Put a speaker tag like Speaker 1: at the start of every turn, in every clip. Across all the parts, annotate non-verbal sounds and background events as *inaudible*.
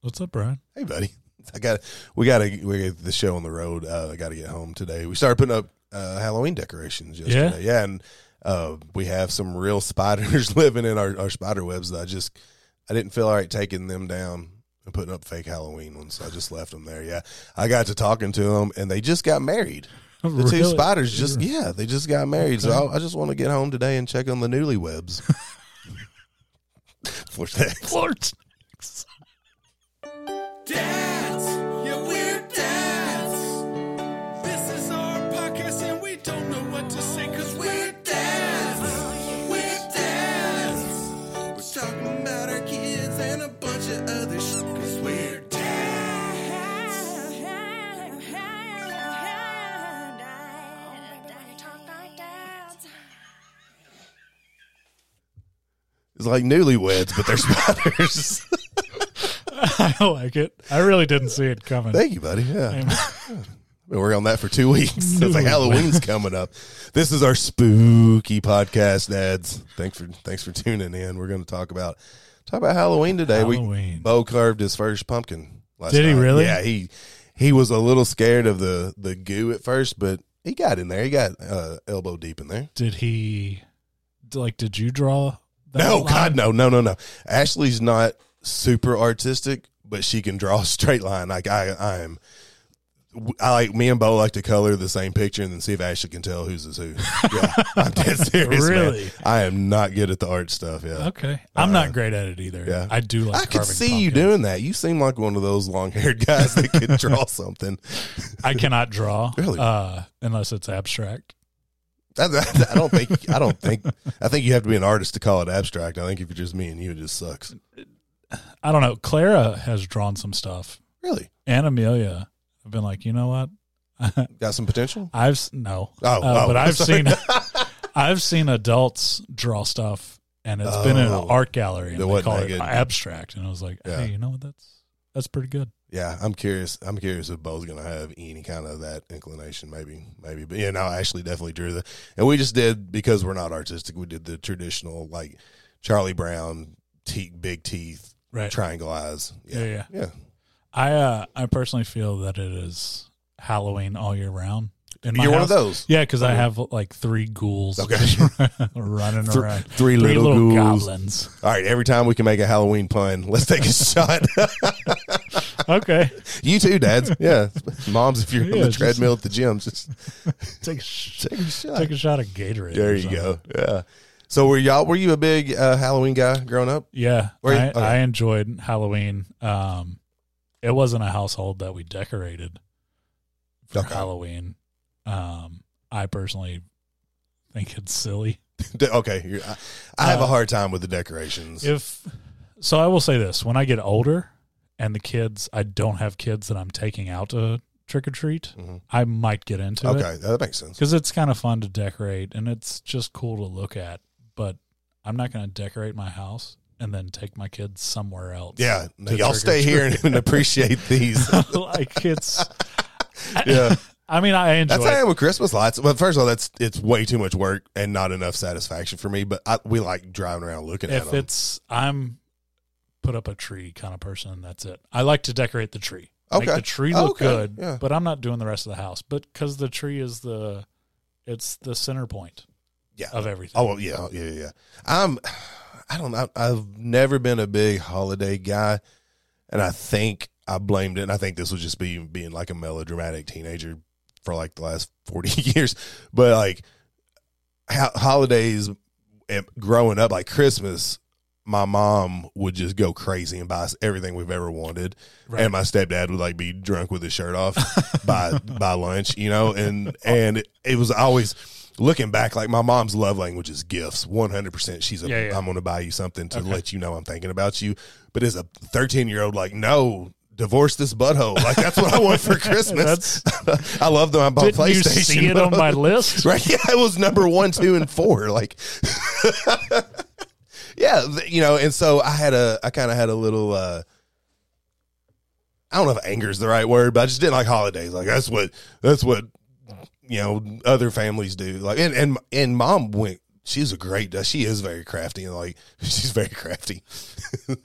Speaker 1: What's up, Brian?
Speaker 2: Hey, buddy. I got we got to we got the show on the road. Uh, I got to get home today. We started putting up uh, Halloween decorations yesterday. Yeah, and uh, we have some real *laughs* spiders living in our, our spider webs. That I just I didn't feel all right taking them down and putting up fake Halloween ones. So I just left them there. Yeah, I got to talking to them, and they just got married.
Speaker 1: *laughs*
Speaker 2: The two spiders just yeah, they just got married. So I, I just want to get home today and check on the *laughs* newlyweds. For sex. *laughs*
Speaker 1: Flirt.
Speaker 3: Dads, yeah, we're dads. This is our podcast, and we don't know what to say because we're dads. We're dads. We're talking about our kids and a bunch of other shit because we're
Speaker 4: dads.
Speaker 2: It's like newlyweds, but they're *laughs* spiders.
Speaker 1: *laughs* I like it. I really didn't see it coming.
Speaker 2: Thank you, buddy. Yeah. *laughs* Been working on that for two weeks. It's like Halloween's coming up. This is our spooky podcast, dads. Thanks for thanks for tuning in. We're going to talk about talk about Halloween today.
Speaker 1: Halloween.
Speaker 2: We Bo carved his first pumpkin. Last
Speaker 1: Did he
Speaker 2: night.
Speaker 1: really?
Speaker 2: Yeah he he was a little scared of the the goo at first, but he got in there. He got uh, elbow deep in there.
Speaker 1: Did he? d- Like, did you draw? That
Speaker 2: No,
Speaker 1: line?
Speaker 2: God, no, no, no, no. Ashley's not super artistic, but she can draw *laughs* a straight line. Like I, I am. I like me and Bo like to color the same picture and then see if Ashley can tell who's is who.
Speaker 1: *laughs*
Speaker 2: Yeah, I'm dead serious.
Speaker 1: Really?
Speaker 2: man. I am not good at the art stuff. Yeah,
Speaker 1: Okay, I'm not great at it either.
Speaker 2: Uh, yeah.
Speaker 1: I do like.
Speaker 2: I could
Speaker 1: carving
Speaker 2: see you
Speaker 1: pumpkins.
Speaker 2: doing that. You seem like one of those long haired *laughs* guys that could
Speaker 1: *laughs*
Speaker 2: draw something.
Speaker 1: I cannot draw
Speaker 2: *laughs* Really?
Speaker 1: uh, unless it's abstract.
Speaker 2: I, I- I don't think. I don't think. I think you have to be an artist to call it abstract. I think if you're just me and you, it just sucks.
Speaker 1: I don't know. Clara has drawn some stuff,
Speaker 2: Really,
Speaker 1: and Amelia. I've been like, you know what?
Speaker 2: got some potential.
Speaker 1: I've s- no,
Speaker 2: Oh,
Speaker 1: Uh,
Speaker 2: oh,
Speaker 1: but I've
Speaker 2: *laughs* sorry.
Speaker 1: seen, I've seen adults draw stuff, and it's been in an
Speaker 2: Oh.
Speaker 1: art gallery, and
Speaker 2: That
Speaker 1: they
Speaker 2: wasn't
Speaker 1: call
Speaker 2: that
Speaker 1: it
Speaker 2: good.
Speaker 1: abstract. And I was like,
Speaker 2: Yeah.
Speaker 1: hey, you know what? That's that's pretty good.
Speaker 2: Yeah, I'm curious. I'm curious if Bo's gonna have any kind of that inclination, maybe, maybe. But yeah, no, Ashley definitely drew the, and we just did because we're not artistic. We did the traditional like Charlie Brown, te- big teeth,
Speaker 1: Right.
Speaker 2: triangle eyes. Yeah,
Speaker 1: Yeah, yeah.
Speaker 2: yeah.
Speaker 1: I uh, I personally feel that it is Halloween all year round. In my
Speaker 2: You're one of
Speaker 1: house.
Speaker 2: those.
Speaker 1: Yeah, because I have like three ghouls
Speaker 2: Okay.
Speaker 1: just *laughs* running
Speaker 2: Thr-
Speaker 1: around.
Speaker 2: three little ghouls.
Speaker 1: goblins.
Speaker 2: All right, every time we can make a Halloween pun,
Speaker 1: *laughs*
Speaker 2: let's take a shot. *laughs*
Speaker 1: Okay, *laughs*
Speaker 2: you too, dads. Yeah, moms, if you're on
Speaker 1: Yeah,
Speaker 2: the
Speaker 1: just-
Speaker 2: treadmill at the gym, just
Speaker 1: take a
Speaker 2: *laughs*
Speaker 1: sh-
Speaker 2: take a shot.
Speaker 1: take a shot of Gatorade.
Speaker 2: there
Speaker 1: or
Speaker 2: you
Speaker 1: something.
Speaker 2: go. Yeah. So were y'all? Were you a big uh, Halloween guy growing up?
Speaker 1: Yeah,
Speaker 2: Were you-
Speaker 1: I,
Speaker 2: okay.
Speaker 1: I enjoyed Halloween. Um, it wasn't a household that we decorated for
Speaker 2: Okay.
Speaker 1: Halloween. Um, I personally think it's silly.
Speaker 2: D- Okay, you're, I, I have
Speaker 1: Uh,
Speaker 2: a hard time with the decorations.
Speaker 1: If so, I will say this: when I get older and the kids, I don't have kids that I'm taking out to trick or treat.
Speaker 2: Mhm.
Speaker 1: I might get into it
Speaker 2: Okay, that makes sense.
Speaker 1: because it's kind of fun to decorate and it's just cool to look at. But I'm not going to decorate my house and then take my kids somewhere else.
Speaker 2: Yeah,
Speaker 1: to
Speaker 2: y'all
Speaker 1: trick or
Speaker 2: stay here and, and *laughs* appreciate these.
Speaker 1: *laughs* like it's
Speaker 2: Yeah,
Speaker 1: I mean I enjoy
Speaker 2: that's how I
Speaker 1: it.
Speaker 2: am with Christmas lights. But first of all, that's it's way too much work and not enough satisfaction for me. But I, we like driving around looking at
Speaker 1: if
Speaker 2: them.
Speaker 1: it's I'm put up a tree kind of person and that's it. I like to decorate the tree. Make
Speaker 2: Okay. Oh,
Speaker 1: the tree look
Speaker 2: Okay,
Speaker 1: good,
Speaker 2: yeah.
Speaker 1: but I'm not doing the rest of the house. But cuz the tree is the it's the center point
Speaker 2: Yeah.
Speaker 1: of everything.
Speaker 2: Oh well, yeah, oh, yeah, yeah, yeah. I'm, I don't know. I've never been a big holiday guy, and I think I blamed it. And I think this was just be being like a melodramatic teenager for like the last forty *laughs* years. But like ho- holidays, and growing up, like Christmas, my mom would just go crazy and buy us everything we've ever wanted,
Speaker 1: Right.
Speaker 2: and my stepdad would like be drunk with his shirt off *laughs* by by lunch, you know, and and it, it was always looking back like my mom's love language is gifts, one hundred percent. She's a,
Speaker 1: Yeah, yeah.
Speaker 2: I'm going to buy you something to
Speaker 1: Okay.
Speaker 2: let you know I'm thinking about you, but as a thirteen year old, like no. Divorce this butthole, like that's what I
Speaker 1: *laughs*
Speaker 2: want for Christmas. *laughs* I love them. I bought
Speaker 1: Didn't
Speaker 2: PlayStation.
Speaker 1: you see it on my list?
Speaker 2: *laughs* Right? Yeah, it was number one, two, and four. Like, *laughs* yeah, th- you know. And so I had a, I kind of had a little. uh I don't know if anger is the right word, but I just didn't like holidays. Like that's what that's what you know other families do. Like, and and and mom went she's a great. She is very crafty and like *laughs* she's very crafty. *laughs*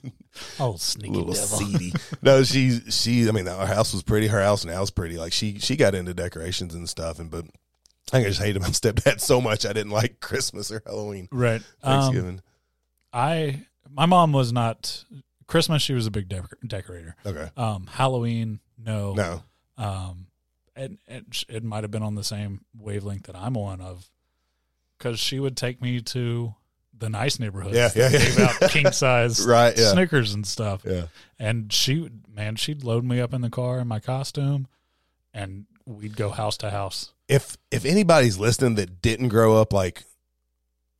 Speaker 1: Oh, sneaky
Speaker 2: little
Speaker 1: devil. *laughs*
Speaker 2: seedy. no, she she. I mean, our house was pretty. Her house now is pretty. Like she she got into decorations and stuff, and but I think I just hated my *laughs* stepdad so much. I didn't like Christmas or Halloween,
Speaker 1: Right. Um,
Speaker 2: Thanksgiving.
Speaker 1: I my mom was not Christmas. She was a big decor- decorator.
Speaker 2: okay,
Speaker 1: Um, Halloween, no.
Speaker 2: no,
Speaker 1: Um, and, and sh- it might have been on the same wavelength that I'm on of, because she would take me to the nice neighborhoods.
Speaker 2: Yeah, yeah,
Speaker 1: that
Speaker 2: yeah.
Speaker 1: Gave
Speaker 2: *laughs*
Speaker 1: out king size
Speaker 2: Right, yeah.
Speaker 1: Snickers and stuff.
Speaker 2: yeah,
Speaker 1: And she, would- man, she'd load me up in the car in my costume, and we'd go house to house.
Speaker 2: if if anybody's listening that didn't grow up like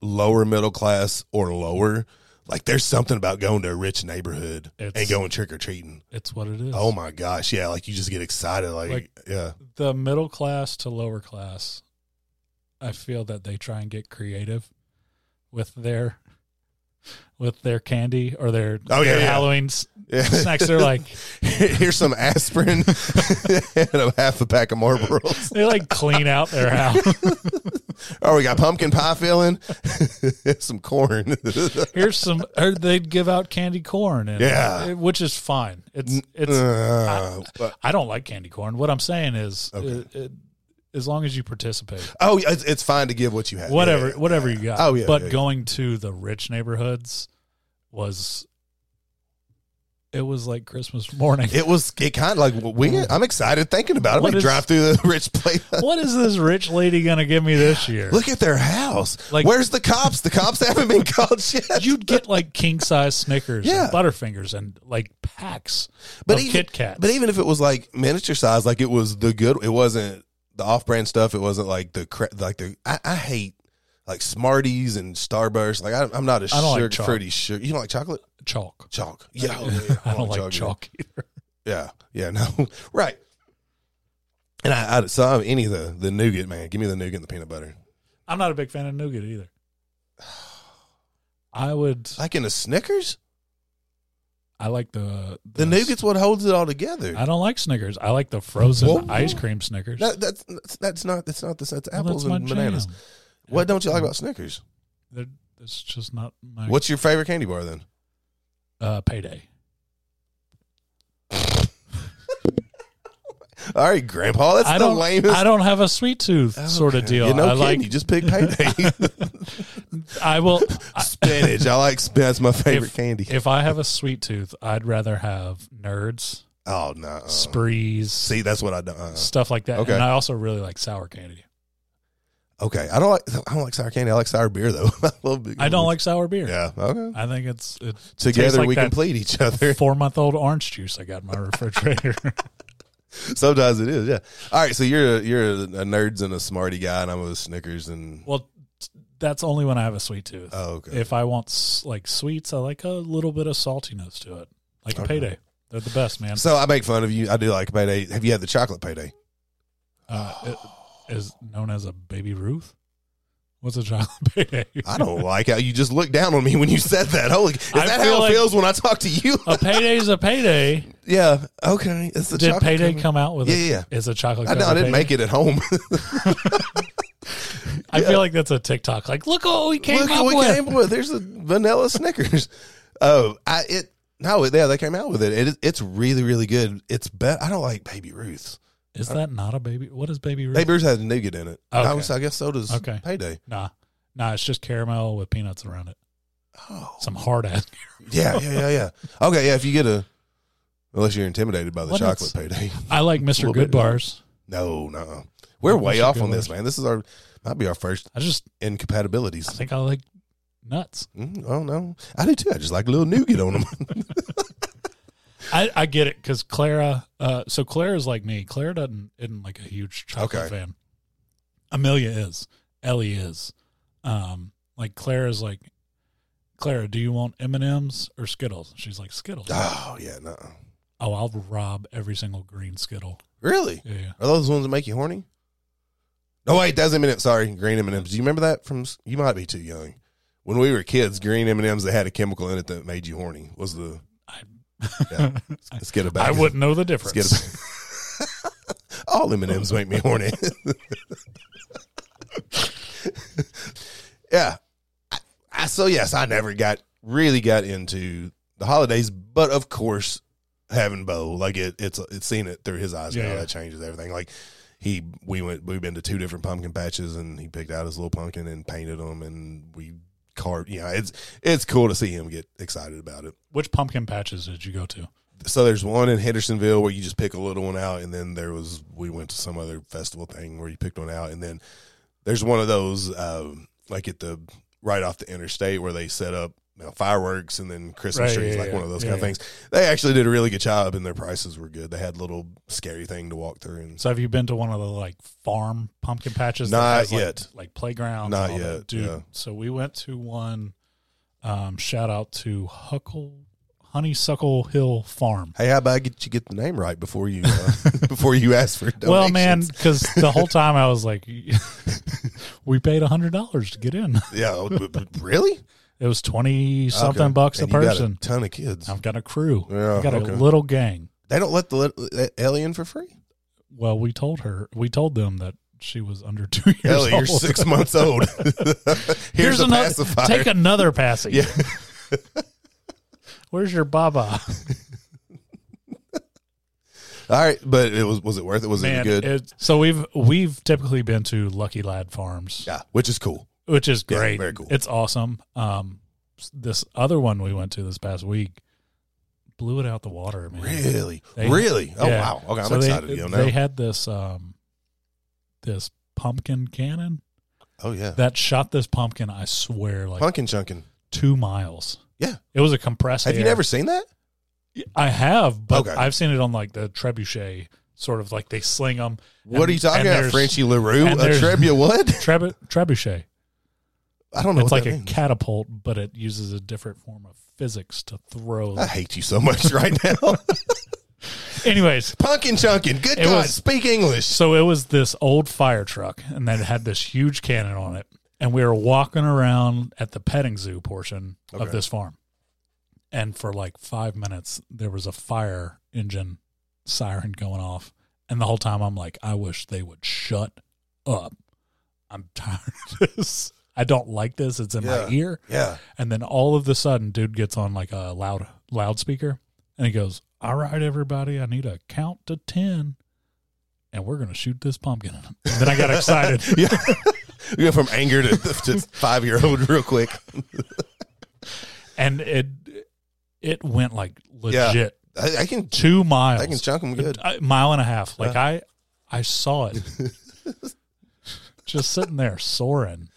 Speaker 2: lower middle class or lower, like there's something about going to a rich neighborhood and
Speaker 1: It's-
Speaker 2: going trick or treating.
Speaker 1: It's what it is.
Speaker 2: Oh my gosh, yeah, like you just get excited, like,
Speaker 1: Like-
Speaker 2: yeah,
Speaker 1: the middle class to lower class, I feel that they try and get creative with their with their candy or their,
Speaker 2: Oh, yeah,
Speaker 1: their
Speaker 2: yeah.
Speaker 1: Halloween s-
Speaker 2: yeah.
Speaker 1: snacks. They're like
Speaker 2: *laughs* here's some aspirin *laughs* and a half a pack of Marlboros.
Speaker 1: they like clean out
Speaker 2: *laughs*
Speaker 1: their house.
Speaker 2: Oh, we got pumpkin pie filling, *laughs* some corn.
Speaker 1: Here's some. Or they'd give out candy corn, and,
Speaker 2: Yeah.
Speaker 1: which is fine. It's it's.
Speaker 2: Uh, but-
Speaker 1: I don't like candy corn. What I'm saying is,
Speaker 2: Okay.
Speaker 1: it, it, as long as you participate,
Speaker 2: oh, yeah, it's, it's fine to give what you have.
Speaker 1: whatever
Speaker 2: Yeah, yeah.
Speaker 1: whatever you got.
Speaker 2: Oh, yeah,
Speaker 1: But
Speaker 2: yeah, yeah.
Speaker 1: going to the rich neighborhoods was it was like Christmas morning.
Speaker 2: It was it kind of like we. I'm excited thinking about it.
Speaker 1: Mm. What
Speaker 2: We
Speaker 1: is-
Speaker 2: drive through the rich place.
Speaker 1: *laughs* what is this rich lady gonna give me this year?
Speaker 2: Look at their house.
Speaker 1: Like-
Speaker 2: where's the cops? The cops haven't been *laughs* called yet.
Speaker 1: You'd get like king size Snickers
Speaker 2: Yeah.
Speaker 1: and Butterfingers and like packs
Speaker 2: but
Speaker 1: of
Speaker 2: even,
Speaker 1: Oh, Kit Kats.
Speaker 2: But even if it was like miniature size, like it was the good, it wasn't the off-brand stuff. It wasn't like the cra- like the. I, I hate like Smarties and Starburst. Like I, I'm not a
Speaker 1: I don't like
Speaker 2: sugar,
Speaker 1: chalk.
Speaker 2: fruity sugar. You don't like chocolate?
Speaker 1: chalk. *laughs*
Speaker 2: Chalk. Yeah, oh, yeah,
Speaker 1: I don't like
Speaker 2: either.
Speaker 1: chalk either.
Speaker 2: Yeah, yeah, no, *laughs* right. And I, I so I'm any of the the nougat man. Give me the nougat and the peanut butter.
Speaker 1: I'm not a big fan of nougat either. I would.
Speaker 2: Like in the Snickers,
Speaker 1: I like the
Speaker 2: the nougat's what holds it all together.
Speaker 1: I don't like Snickers. I like the frozen
Speaker 2: Whoa.
Speaker 1: ice cream Snickers.
Speaker 2: No, that's that's- that's not that's not the that's
Speaker 1: Well,
Speaker 2: apples
Speaker 1: that's
Speaker 2: and
Speaker 1: my
Speaker 2: bananas.
Speaker 1: jam.
Speaker 2: What don't you like about Snickers?
Speaker 1: They're, it's just not my
Speaker 2: What's your favorite candy bar then?
Speaker 1: uh, payday.
Speaker 2: All right, Grandpa, that's
Speaker 1: I
Speaker 2: the
Speaker 1: don't.
Speaker 2: lamest
Speaker 1: I don't have a sweet tooth sort of
Speaker 2: Okay.
Speaker 1: deal.
Speaker 2: You know,
Speaker 1: I
Speaker 2: I
Speaker 1: like.
Speaker 2: you just pick payday.
Speaker 1: I
Speaker 2: *laughs*
Speaker 1: will. *laughs* I-
Speaker 2: spinach. I like spinach. That's my favorite
Speaker 1: if,
Speaker 2: candy.
Speaker 1: If I have a sweet tooth, I'd rather have nerds,
Speaker 2: oh no, uh,
Speaker 1: sprees,
Speaker 2: see, that's what I don't. Uh,
Speaker 1: stuff like that.
Speaker 2: Okay.
Speaker 1: And I also really like sour candy.
Speaker 2: okay, I don't like. I don't like sour candy. I like sour beer though. *laughs* I love. Big
Speaker 1: I don't
Speaker 2: Lemon.
Speaker 1: like sour beer.
Speaker 2: Yeah. Okay.
Speaker 1: I think it's it
Speaker 2: Together we
Speaker 1: can
Speaker 2: complete each other. *laughs*
Speaker 1: Four month old orange juice I got in my refrigerator.
Speaker 2: Sometimes it is. Yeah. All right. So you're a, you're a, a nerds and a smarty guy, and I'm a Snickers and.
Speaker 1: well, t- that's only when I have a sweet tooth.
Speaker 2: Oh, okay.
Speaker 1: If I want s- like sweets, I like a little bit of saltiness to it, like a payday. They're the best, man.
Speaker 2: so I make fun of you. I do like payday. Have you had the chocolate payday?
Speaker 1: Uh, it is known as a baby Ruth. What's a child *laughs* payday?
Speaker 2: I
Speaker 1: *laughs*
Speaker 2: don't like how you just looked down on me when you said that. Holy, is
Speaker 1: I
Speaker 2: that
Speaker 1: feel
Speaker 2: how it
Speaker 1: like-
Speaker 2: feels when I talk to you?
Speaker 1: a payday is a
Speaker 2: *laughs*
Speaker 1: payday.
Speaker 2: yeah. Okay. It's the
Speaker 1: Did
Speaker 2: chocolate
Speaker 1: payday
Speaker 2: covered-
Speaker 1: come out with
Speaker 2: Yeah,
Speaker 1: a,
Speaker 2: yeah,
Speaker 1: is a chocolate?
Speaker 2: I know.
Speaker 1: covered
Speaker 2: I didn't
Speaker 1: payday?
Speaker 2: make it at home. *laughs*
Speaker 1: I feel like that's a TikTok. Like, look what we came
Speaker 2: Look
Speaker 1: up
Speaker 2: what we
Speaker 1: with.
Speaker 2: came up with. There's a vanilla Snickers. *laughs* Oh, I it no. Yeah, they came out with it. It is. It's really really good. It's bet. I don't like Baby Ruth's.
Speaker 1: Is that not a baby? What is baby Ruth?
Speaker 2: Baby Ruth has nougat in it.
Speaker 1: Okay.
Speaker 2: I, was, I guess so does
Speaker 1: Okay.
Speaker 2: Payday.
Speaker 1: Nah, nah. It's just caramel with peanuts around it.
Speaker 2: Oh,
Speaker 1: Some hard ass.
Speaker 2: yeah, yeah, yeah, yeah. Okay, yeah. If you get a, unless you're intimidated by the
Speaker 1: What
Speaker 2: chocolate
Speaker 1: is-
Speaker 2: Payday. *laughs*
Speaker 1: I like
Speaker 2: A
Speaker 1: Mr.
Speaker 2: little bit.
Speaker 1: Good Bars.
Speaker 2: No, no. We're
Speaker 1: What's
Speaker 2: way
Speaker 1: your
Speaker 2: off
Speaker 1: good
Speaker 2: on this,
Speaker 1: one?
Speaker 2: man. This is our might be our first
Speaker 1: I just
Speaker 2: incompatibilities.
Speaker 1: I think I like nuts.
Speaker 2: Mm, oh no, I do too. I just like a little nougat on them.
Speaker 1: I, I get it because Clara. Uh, so Clara's like me. Clara doesn't isn't like a huge chocolate
Speaker 2: Okay.
Speaker 1: fan. Amelia is. Ellie is. Um, like Clara's like, Clara, do you want M and M's or Skittles? She's like Skittles.
Speaker 2: *laughs* oh yeah, no.
Speaker 1: Oh, I'll rob every single green Skittle.
Speaker 2: Really?
Speaker 1: Yeah, yeah.
Speaker 2: Are those the ones that make you horny? No, wait, that's M&M. Sorry, green M&Ms. Do you remember that from? You might be too young. When we were kids, green M&Ms that had a chemical in it that made you horny was the.
Speaker 1: I- *laughs*
Speaker 2: Yeah. Let's get it back.
Speaker 1: I wouldn't know the
Speaker 2: Let's get
Speaker 1: difference.
Speaker 2: it back. *laughs* All M&Ms make me horny. *laughs* yeah. I, so yes, I never got really got into the holidays, but of course, having Bo, like it, it's it's seen it through his eyes
Speaker 1: Yeah,
Speaker 2: now.
Speaker 1: yeah.
Speaker 2: That changes everything. Like he, we went, we've been to two different pumpkin patches, and he picked out his little pumpkin and painted them, and we carved. You know, it's it's cool to see him get excited about it.
Speaker 1: Which pumpkin patches did you go to?
Speaker 2: So there's one in Hendersonville where you just pick a little one out, and then there was we went to some other festival thing where you picked one out, and then there's one of those um, like at the right off the interstate where they set up you know, fireworks and then Christmas
Speaker 1: Right,
Speaker 2: trees,
Speaker 1: yeah,
Speaker 2: like
Speaker 1: yeah,
Speaker 2: one of those
Speaker 1: yeah,
Speaker 2: kind of
Speaker 1: yeah.
Speaker 2: things. They actually did a really good job, and their prices were good. They had little scary thing to walk through, and
Speaker 1: So have you been to one of the like farm pumpkin patches? that
Speaker 2: Not
Speaker 1: like-
Speaker 2: yet.
Speaker 1: Like, playgrounds.
Speaker 2: Not
Speaker 1: and all that?
Speaker 2: yet,
Speaker 1: dude.
Speaker 2: yeah.
Speaker 1: So we went to one. Um, shout out to Huckle Honeysuckle Hill Farm.
Speaker 2: hey, how about I get you get the name right before you
Speaker 1: *laughs*
Speaker 2: uh, before you ask for donations?
Speaker 1: Well, man, because the
Speaker 2: *laughs*
Speaker 1: whole time I was like, *laughs* we paid a hundred dollars to get in.
Speaker 2: yeah, oh, but- but really
Speaker 1: It was twenty something
Speaker 2: Okay.
Speaker 1: bucks
Speaker 2: And
Speaker 1: a
Speaker 2: you got
Speaker 1: person.
Speaker 2: a ton of kids.
Speaker 1: I've got a crew.
Speaker 2: Yeah,
Speaker 1: I've got
Speaker 2: okay.
Speaker 1: a little gang.
Speaker 2: They don't let the little, uh, alien for free.
Speaker 1: Well, we told her, we told them that she was under two years
Speaker 2: Ellie,
Speaker 1: old.
Speaker 2: you're
Speaker 1: *laughs*
Speaker 2: six months old. *laughs* Here's, a
Speaker 1: another.
Speaker 2: pacifier.
Speaker 1: Take another
Speaker 2: *laughs*
Speaker 1: passy.
Speaker 2: Yeah.
Speaker 1: Where's your
Speaker 2: *laughs*
Speaker 1: baba?
Speaker 2: All right, but it was was it worth it? Was
Speaker 1: Man,
Speaker 2: it good?
Speaker 1: it- so we've we've typically been to Lucky Lad Farms,
Speaker 2: yeah, which is cool.
Speaker 1: which is
Speaker 2: Yeah,
Speaker 1: great.
Speaker 2: very cool.
Speaker 1: It's awesome. Um, s- this other one we went to this past week blew it out the water, man.
Speaker 2: Really,
Speaker 1: They-
Speaker 2: really. Oh
Speaker 1: Yeah.
Speaker 2: wow. Okay, I'm
Speaker 1: So they-
Speaker 2: excited. to go now.
Speaker 1: They had this um, this pumpkin cannon
Speaker 2: oh yeah,
Speaker 1: that shot this pumpkin. I swear, like
Speaker 2: pumpkin chunkin.
Speaker 1: two miles.
Speaker 2: Yeah.
Speaker 1: It was a compressed.
Speaker 2: Have you
Speaker 1: air.
Speaker 2: never seen that?
Speaker 1: I have, but
Speaker 2: Okay.
Speaker 1: I've seen it on like the trebuchet, sort of like they sling them.
Speaker 2: What are you talking about, Frenchie Larue? A
Speaker 1: and there's-
Speaker 2: trebuchet? What?
Speaker 1: Trebu- trebuchet.
Speaker 2: I don't know.
Speaker 1: it's
Speaker 2: what
Speaker 1: like
Speaker 2: that
Speaker 1: a
Speaker 2: means.
Speaker 1: catapult, but it uses a different form of physics to
Speaker 2: *laughs*
Speaker 1: throw.
Speaker 2: I hate you so much right now. *laughs*
Speaker 1: Anyways,
Speaker 2: pumpkin chunkin. Good
Speaker 1: It
Speaker 2: God,
Speaker 1: was-
Speaker 2: speak English.
Speaker 1: so it was this old fire truck, and then it had this huge cannon on it, and we were walking around at the petting zoo portion
Speaker 2: Okay.
Speaker 1: of this farm, and for like five minutes there was a fire engine siren going off, and the whole time I'm like, I wish they would shut up. I'm *laughs* tired of this. I don't like this. It's in
Speaker 2: Yeah.
Speaker 1: my ear. *laughs*
Speaker 2: Yeah.
Speaker 1: And then all of the sudden, dude gets on like a loud loudspeaker and he goes, All right, everybody, I need a count to 10 and we're going to shoot this pumpkin. *laughs* And then I got excited.
Speaker 2: *laughs* Yeah. We go from anger to, *laughs* to five year old real quick.
Speaker 1: and it it went like
Speaker 2: Yeah.
Speaker 1: legit
Speaker 2: I, I can
Speaker 1: two miles,
Speaker 2: I can chunk them good.
Speaker 1: a mile and a half. Like I, I saw
Speaker 2: *laughs*
Speaker 1: it just sitting there soaring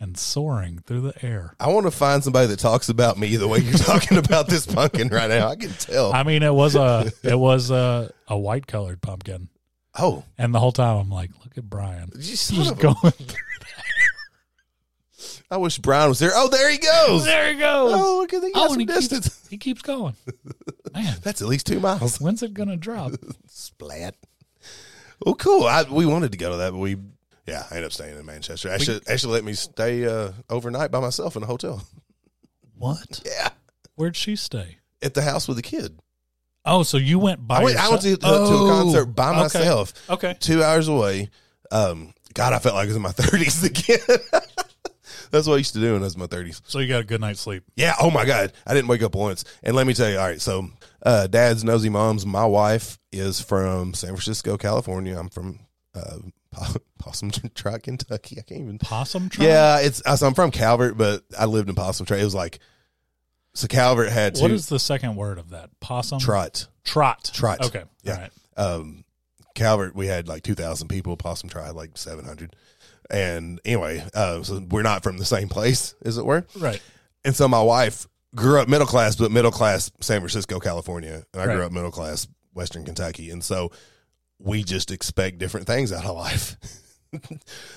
Speaker 1: and soaring through the air.
Speaker 2: I want to find somebody that talks about me the way you're *laughs* talking about this pumpkin right now. I can tell.
Speaker 1: I mean, it was a
Speaker 2: *laughs*
Speaker 1: it was a, a white colored pumpkin.
Speaker 2: oh,
Speaker 1: And the whole time I'm like, look at Brian.
Speaker 2: you
Speaker 1: He's
Speaker 2: son
Speaker 1: just
Speaker 2: of a-
Speaker 1: going.
Speaker 2: *laughs* I wish Brian was there. Oh, there he goes.
Speaker 1: There he goes.
Speaker 2: Oh, look at the he got
Speaker 1: and
Speaker 2: some
Speaker 1: he
Speaker 2: distance.
Speaker 1: keeps, he keeps
Speaker 2: *laughs*
Speaker 1: going. Man,
Speaker 2: That's at least two miles. *laughs*
Speaker 1: when's it gonna drop?
Speaker 2: Splat. Oh, cool. I, we wanted to go to that, but we yeah, I ended up staying in Manchester. Actually, actually let me stay uh, overnight by myself in a hotel.
Speaker 1: What?
Speaker 2: Yeah,
Speaker 1: Where'd she stay?
Speaker 2: at the house with the kid.
Speaker 1: Oh, so you went by
Speaker 2: I went,
Speaker 1: yourself?
Speaker 2: I went to, to- to
Speaker 1: Oh,
Speaker 2: a concert by
Speaker 1: okay. Oh.
Speaker 2: myself,
Speaker 1: Okay.
Speaker 2: two hours away. Um, God, I felt like I was in my *laughs* thirties again. That's what I used to do when I was in my thirties.
Speaker 1: So you got a good night's sleep.
Speaker 2: Yeah. Oh my God. I didn't wake up once. And let me tell you. All right. So, uh, dad's nosy mom's. My wife is from San Francisco, California. I'm from uh, Po- *laughs* Possum Trot, Kentucky. I can't even.
Speaker 1: Possum tribe?
Speaker 2: Yeah. It's. uh, So I'm from Calvert, but I lived in Possum Trot. It was like. So Calvert had two
Speaker 1: What is the second word of that? Possum
Speaker 2: trot.
Speaker 1: Trot.
Speaker 2: Trot.
Speaker 1: Okay.
Speaker 2: Yeah.
Speaker 1: All right.
Speaker 2: Um, Calvert, we had like two thousand people. Possum Trot had like seven hundred. And anyway, uh, so we're not from the same place, as it were.
Speaker 1: Right.
Speaker 2: And so my wife grew up middle class, but middle class San Francisco, California. And I grew
Speaker 1: Right.
Speaker 2: up middle class Western Kentucky. And so we just expect different things out of life. *laughs*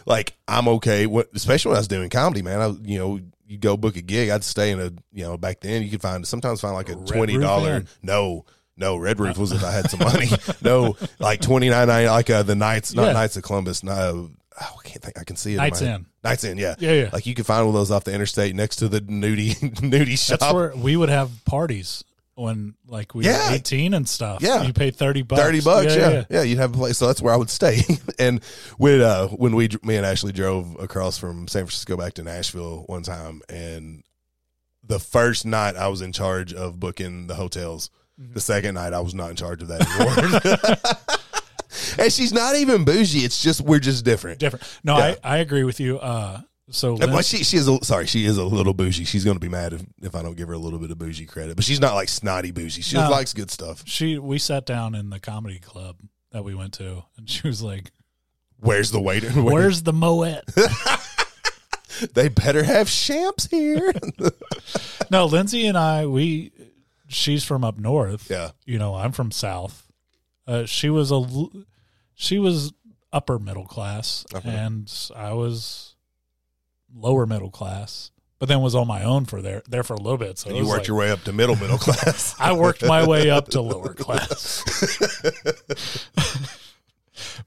Speaker 2: like I'm okay, when, especially when I was doing comedy, man. I, you know, you go book a gig, I'd stay in a, you know, back then you could find sometimes find like a
Speaker 1: Red
Speaker 2: twenty dollar.
Speaker 1: Roof
Speaker 2: No, no, Red Roof was if I
Speaker 1: *laughs*
Speaker 2: had some money. no, like twenty nine, like uh, the Knights, not
Speaker 1: Yeah.
Speaker 2: Knights of Columbus. No, oh, I can't think. I can see it. in
Speaker 1: Nights
Speaker 2: my head.
Speaker 1: in.
Speaker 2: Nights in, yeah.
Speaker 1: Yeah, yeah.
Speaker 2: Like you could find one of those off the interstate next to the nudie *laughs* nudie
Speaker 1: That's
Speaker 2: shop.
Speaker 1: where we would have parties when like we
Speaker 2: Yeah.
Speaker 1: were 18 and stuff.
Speaker 2: Yeah.
Speaker 1: You pay 30 bucks.
Speaker 2: 30 bucks. Yeah, yeah. You'd have a place. So that's where I would stay. *laughs* and when, uh, when we, me and Ashley drove across from San Francisco back to Nashville one time, and the first night I was in charge of booking the hotels, the second night I was not in charge of that anymore. *laughs* and she's not even bougie. It's just, we're just different.
Speaker 1: Different. No,
Speaker 2: Yeah.
Speaker 1: I, I agree with you. Uh, so
Speaker 2: And
Speaker 1: Lynn-
Speaker 2: well, she she is a, sorry. She is a little bougie. She's gonna be mad if, if I don't give her a little bit of bougie credit. But she's not like snotty bougie. She
Speaker 1: No.
Speaker 2: likes good stuff.
Speaker 1: she we sat down in the comedy club that we went to and she was like
Speaker 2: Where's the waiter? *laughs*
Speaker 1: where's the moet
Speaker 2: they better have champs here. *laughs*
Speaker 1: no lindsay and i we she's from up north
Speaker 2: yeah,
Speaker 1: you know i'm from south uh, she was a l- she was upper middle class
Speaker 2: Upper middle.
Speaker 1: and i was lower middle class but then was on my own for there there for a little bit so
Speaker 2: and
Speaker 1: it
Speaker 2: you
Speaker 1: was
Speaker 2: worked
Speaker 1: like-
Speaker 2: your way up to middle middle *laughs* class.
Speaker 1: I worked my way up to lower class.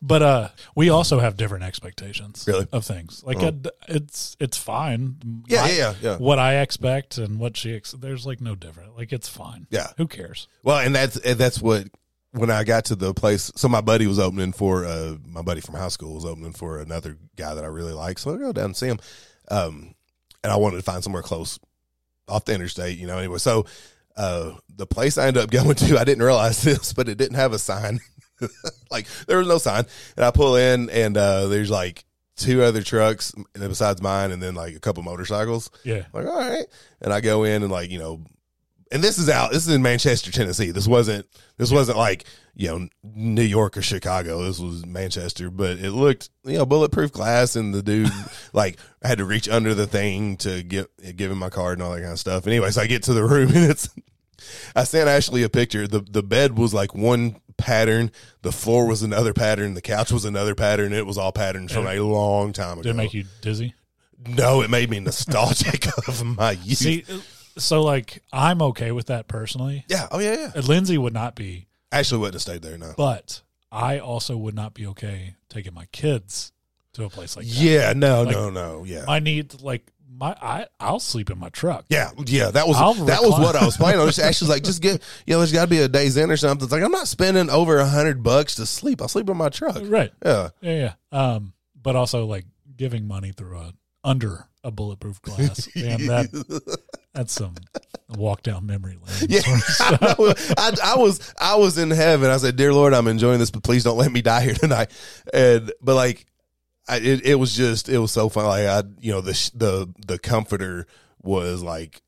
Speaker 1: but uh we also have different expectations
Speaker 2: Really?
Speaker 1: of things. Like
Speaker 2: Oh.
Speaker 1: it- it's it's fine.
Speaker 2: Yeah,
Speaker 1: My-
Speaker 2: yeah, yeah, yeah.
Speaker 1: What I expect and what she ex- there's like no different. Like it's fine.
Speaker 2: Yeah.
Speaker 1: Who cares?
Speaker 2: Well, and that's and that's what when I got to the place. So my buddy was opening for uh, my buddy from high school was opening for another guy that I really like. So I go down and see him, um, and I wanted to find somewhere close off the interstate, you know. Anyway, so uh, the place I ended up *laughs* going to, I didn't realize this, but it didn't have a sign. *laughs* like there was no sign, and I pull in, and uh, there's like two other trucks besides mine, and then like a couple motorcycles.
Speaker 1: Yeah.
Speaker 2: I'm like, all right. And I go in and like, you know, and this is out. This is in Manchester, Tennessee. This wasn't. This wasn't like you know New York or Chicago. This was Manchester, but it looked you know bulletproof glass, and
Speaker 1: *laughs*
Speaker 2: the dude like I had to reach under the thing to get give him my card and all that kind of stuff. Anyway, so I get to the room *laughs* and it's. I sent Ashley a picture. the The bed was like one pattern. The floor was another pattern. The couch was another pattern. It was all patterns from a long time
Speaker 1: Did
Speaker 2: ago.
Speaker 1: it make you
Speaker 2: *laughs*
Speaker 1: dizzy?
Speaker 2: no, it made me nostalgic *laughs* of my youth.
Speaker 1: See so like I'm okay with that personally.
Speaker 2: Yeah. Oh yeah. Yeah.
Speaker 1: And Lindsay would not be,
Speaker 2: Actually, wouldn't have stayed there. No.
Speaker 1: but I also would not be okay taking my kids to a place like that.
Speaker 2: yeah. No.
Speaker 1: Like-
Speaker 2: no. No. Yeah.
Speaker 1: I need like my I I'll sleep in my truck.
Speaker 2: yeah, yeah, that was
Speaker 1: I'll
Speaker 2: that was
Speaker 1: recline.
Speaker 2: what I was planning on. Ashley's like, just get, you know, there's got to be a day's in or something. It's like I'm not spending over a hundred bucks to sleep. I sleep in my truck.
Speaker 1: Uh, Right.
Speaker 2: Yeah,
Speaker 1: Yeah, yeah. Um, but also like giving money through a under a bulletproof
Speaker 2: *laughs*
Speaker 1: glass. Man, that that's some walk down memory lane.
Speaker 2: yeah. *laughs* *laughs* I, know. I, I was I was in heaven. I said, dear Lord, I'm enjoying this, but please don't let me die here tonight. And but like, I, it it was just it was so fun. Like I, you know, the sh- the the comforter was like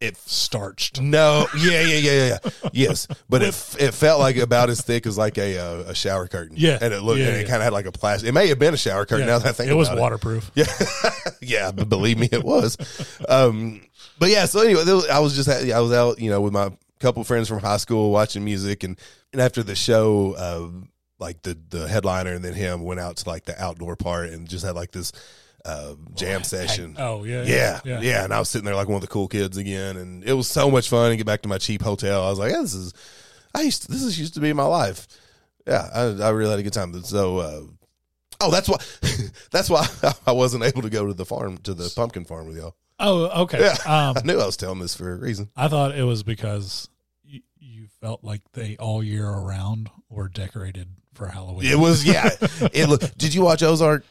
Speaker 2: it
Speaker 1: Starched.
Speaker 2: *laughs* No, yeah, yeah, yeah, yeah, yeah. yes, but it it felt like about as thick as like a uh, a shower curtain.
Speaker 1: Yeah.
Speaker 2: and it looked
Speaker 1: Yeah,
Speaker 2: and it
Speaker 1: yeah.
Speaker 2: kind of had like a plastic. It may have been a shower curtain. Now that I think
Speaker 1: it was
Speaker 2: about
Speaker 1: waterproof.
Speaker 2: *laughs* Yeah, yeah, but believe me, it was. Um, but yeah, so anyway, there was- I was just I was out, you know, with my couple friends from high school watching music, and and after the show, uh, like the the headliner and then him went out to like the outdoor part and just had like this uh, jam session.
Speaker 1: Oh yeah.
Speaker 2: Yeah, yeah, And I was sitting there like one of the cool kids again, and it was so much fun to get back to my cheap hotel. I was like, yeah, this is, I used to, this is used to be my life. Yeah, I, I really had a good time. So, uh, oh, that's why, *laughs* that's why *laughs* I wasn't able to go to the farm to the pumpkin farm with y'all.
Speaker 1: Oh okay.
Speaker 2: Yeah.
Speaker 1: Um,
Speaker 2: I knew I was telling this for a reason.
Speaker 1: I thought it was because you, you felt like they all year around were decorated for Halloween.
Speaker 2: It was
Speaker 1: *laughs*
Speaker 2: yeah. it look. Did you watch Ozark?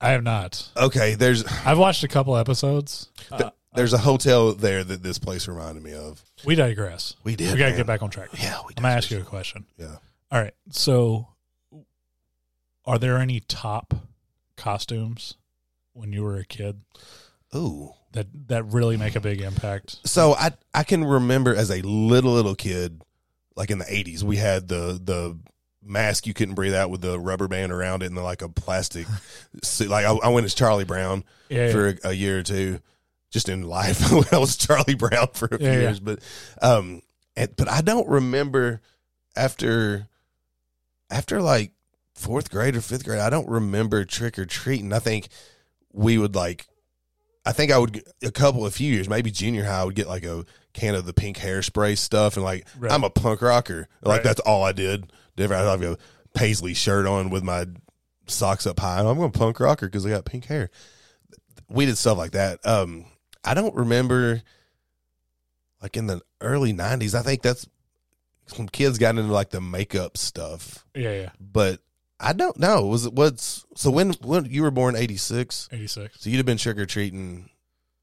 Speaker 1: I have not.
Speaker 2: Okay, there's
Speaker 1: I've watched a couple episodes. Uh,
Speaker 2: there's a hotel there that this place reminded me of.
Speaker 1: we digress.
Speaker 2: We did.
Speaker 1: we gotta
Speaker 2: man.
Speaker 1: get back on track.
Speaker 2: Yeah, we
Speaker 1: I'm
Speaker 2: did.
Speaker 1: gonna ask you a question.
Speaker 2: Yeah.
Speaker 1: All right. So, are there any top costumes when you were a kid
Speaker 2: Ooh.
Speaker 1: that that really make a big impact?
Speaker 2: so I I can remember as a little little kid, like in the eighties, we had the the mask you couldn't breathe out with the rubber band around it and then like
Speaker 1: *laughs*
Speaker 2: a plastic suit. Like I, I went as Charlie Brown
Speaker 1: Yeah.
Speaker 2: *laughs* for a, a year or two, just in life *laughs* when I was Charlie Brown for a few
Speaker 1: Yeah, yeah.
Speaker 2: years. But um, and, but I don't remember after after like fourth grade or fifth grade. I don't remember trick or treating. I think we would like. I think I would get- a couple a few years, maybe junior high. I would get like a can of the pink hairspray stuff, and like
Speaker 1: Right.
Speaker 2: I'm a punk rocker. Like
Speaker 1: Right.
Speaker 2: that's all I did. Different. I'd have a paisley shirt on with my socks up high. I'm a punk rocker because I got pink hair we did stuff like that. Um, I don't remember, like in the early '90s. I think that's when kids got into like the makeup stuff.
Speaker 1: Yeah, yeah.
Speaker 2: But I don't know. Was it what's so when when you were born '86?
Speaker 1: 86.
Speaker 2: So you'd have been trick or treating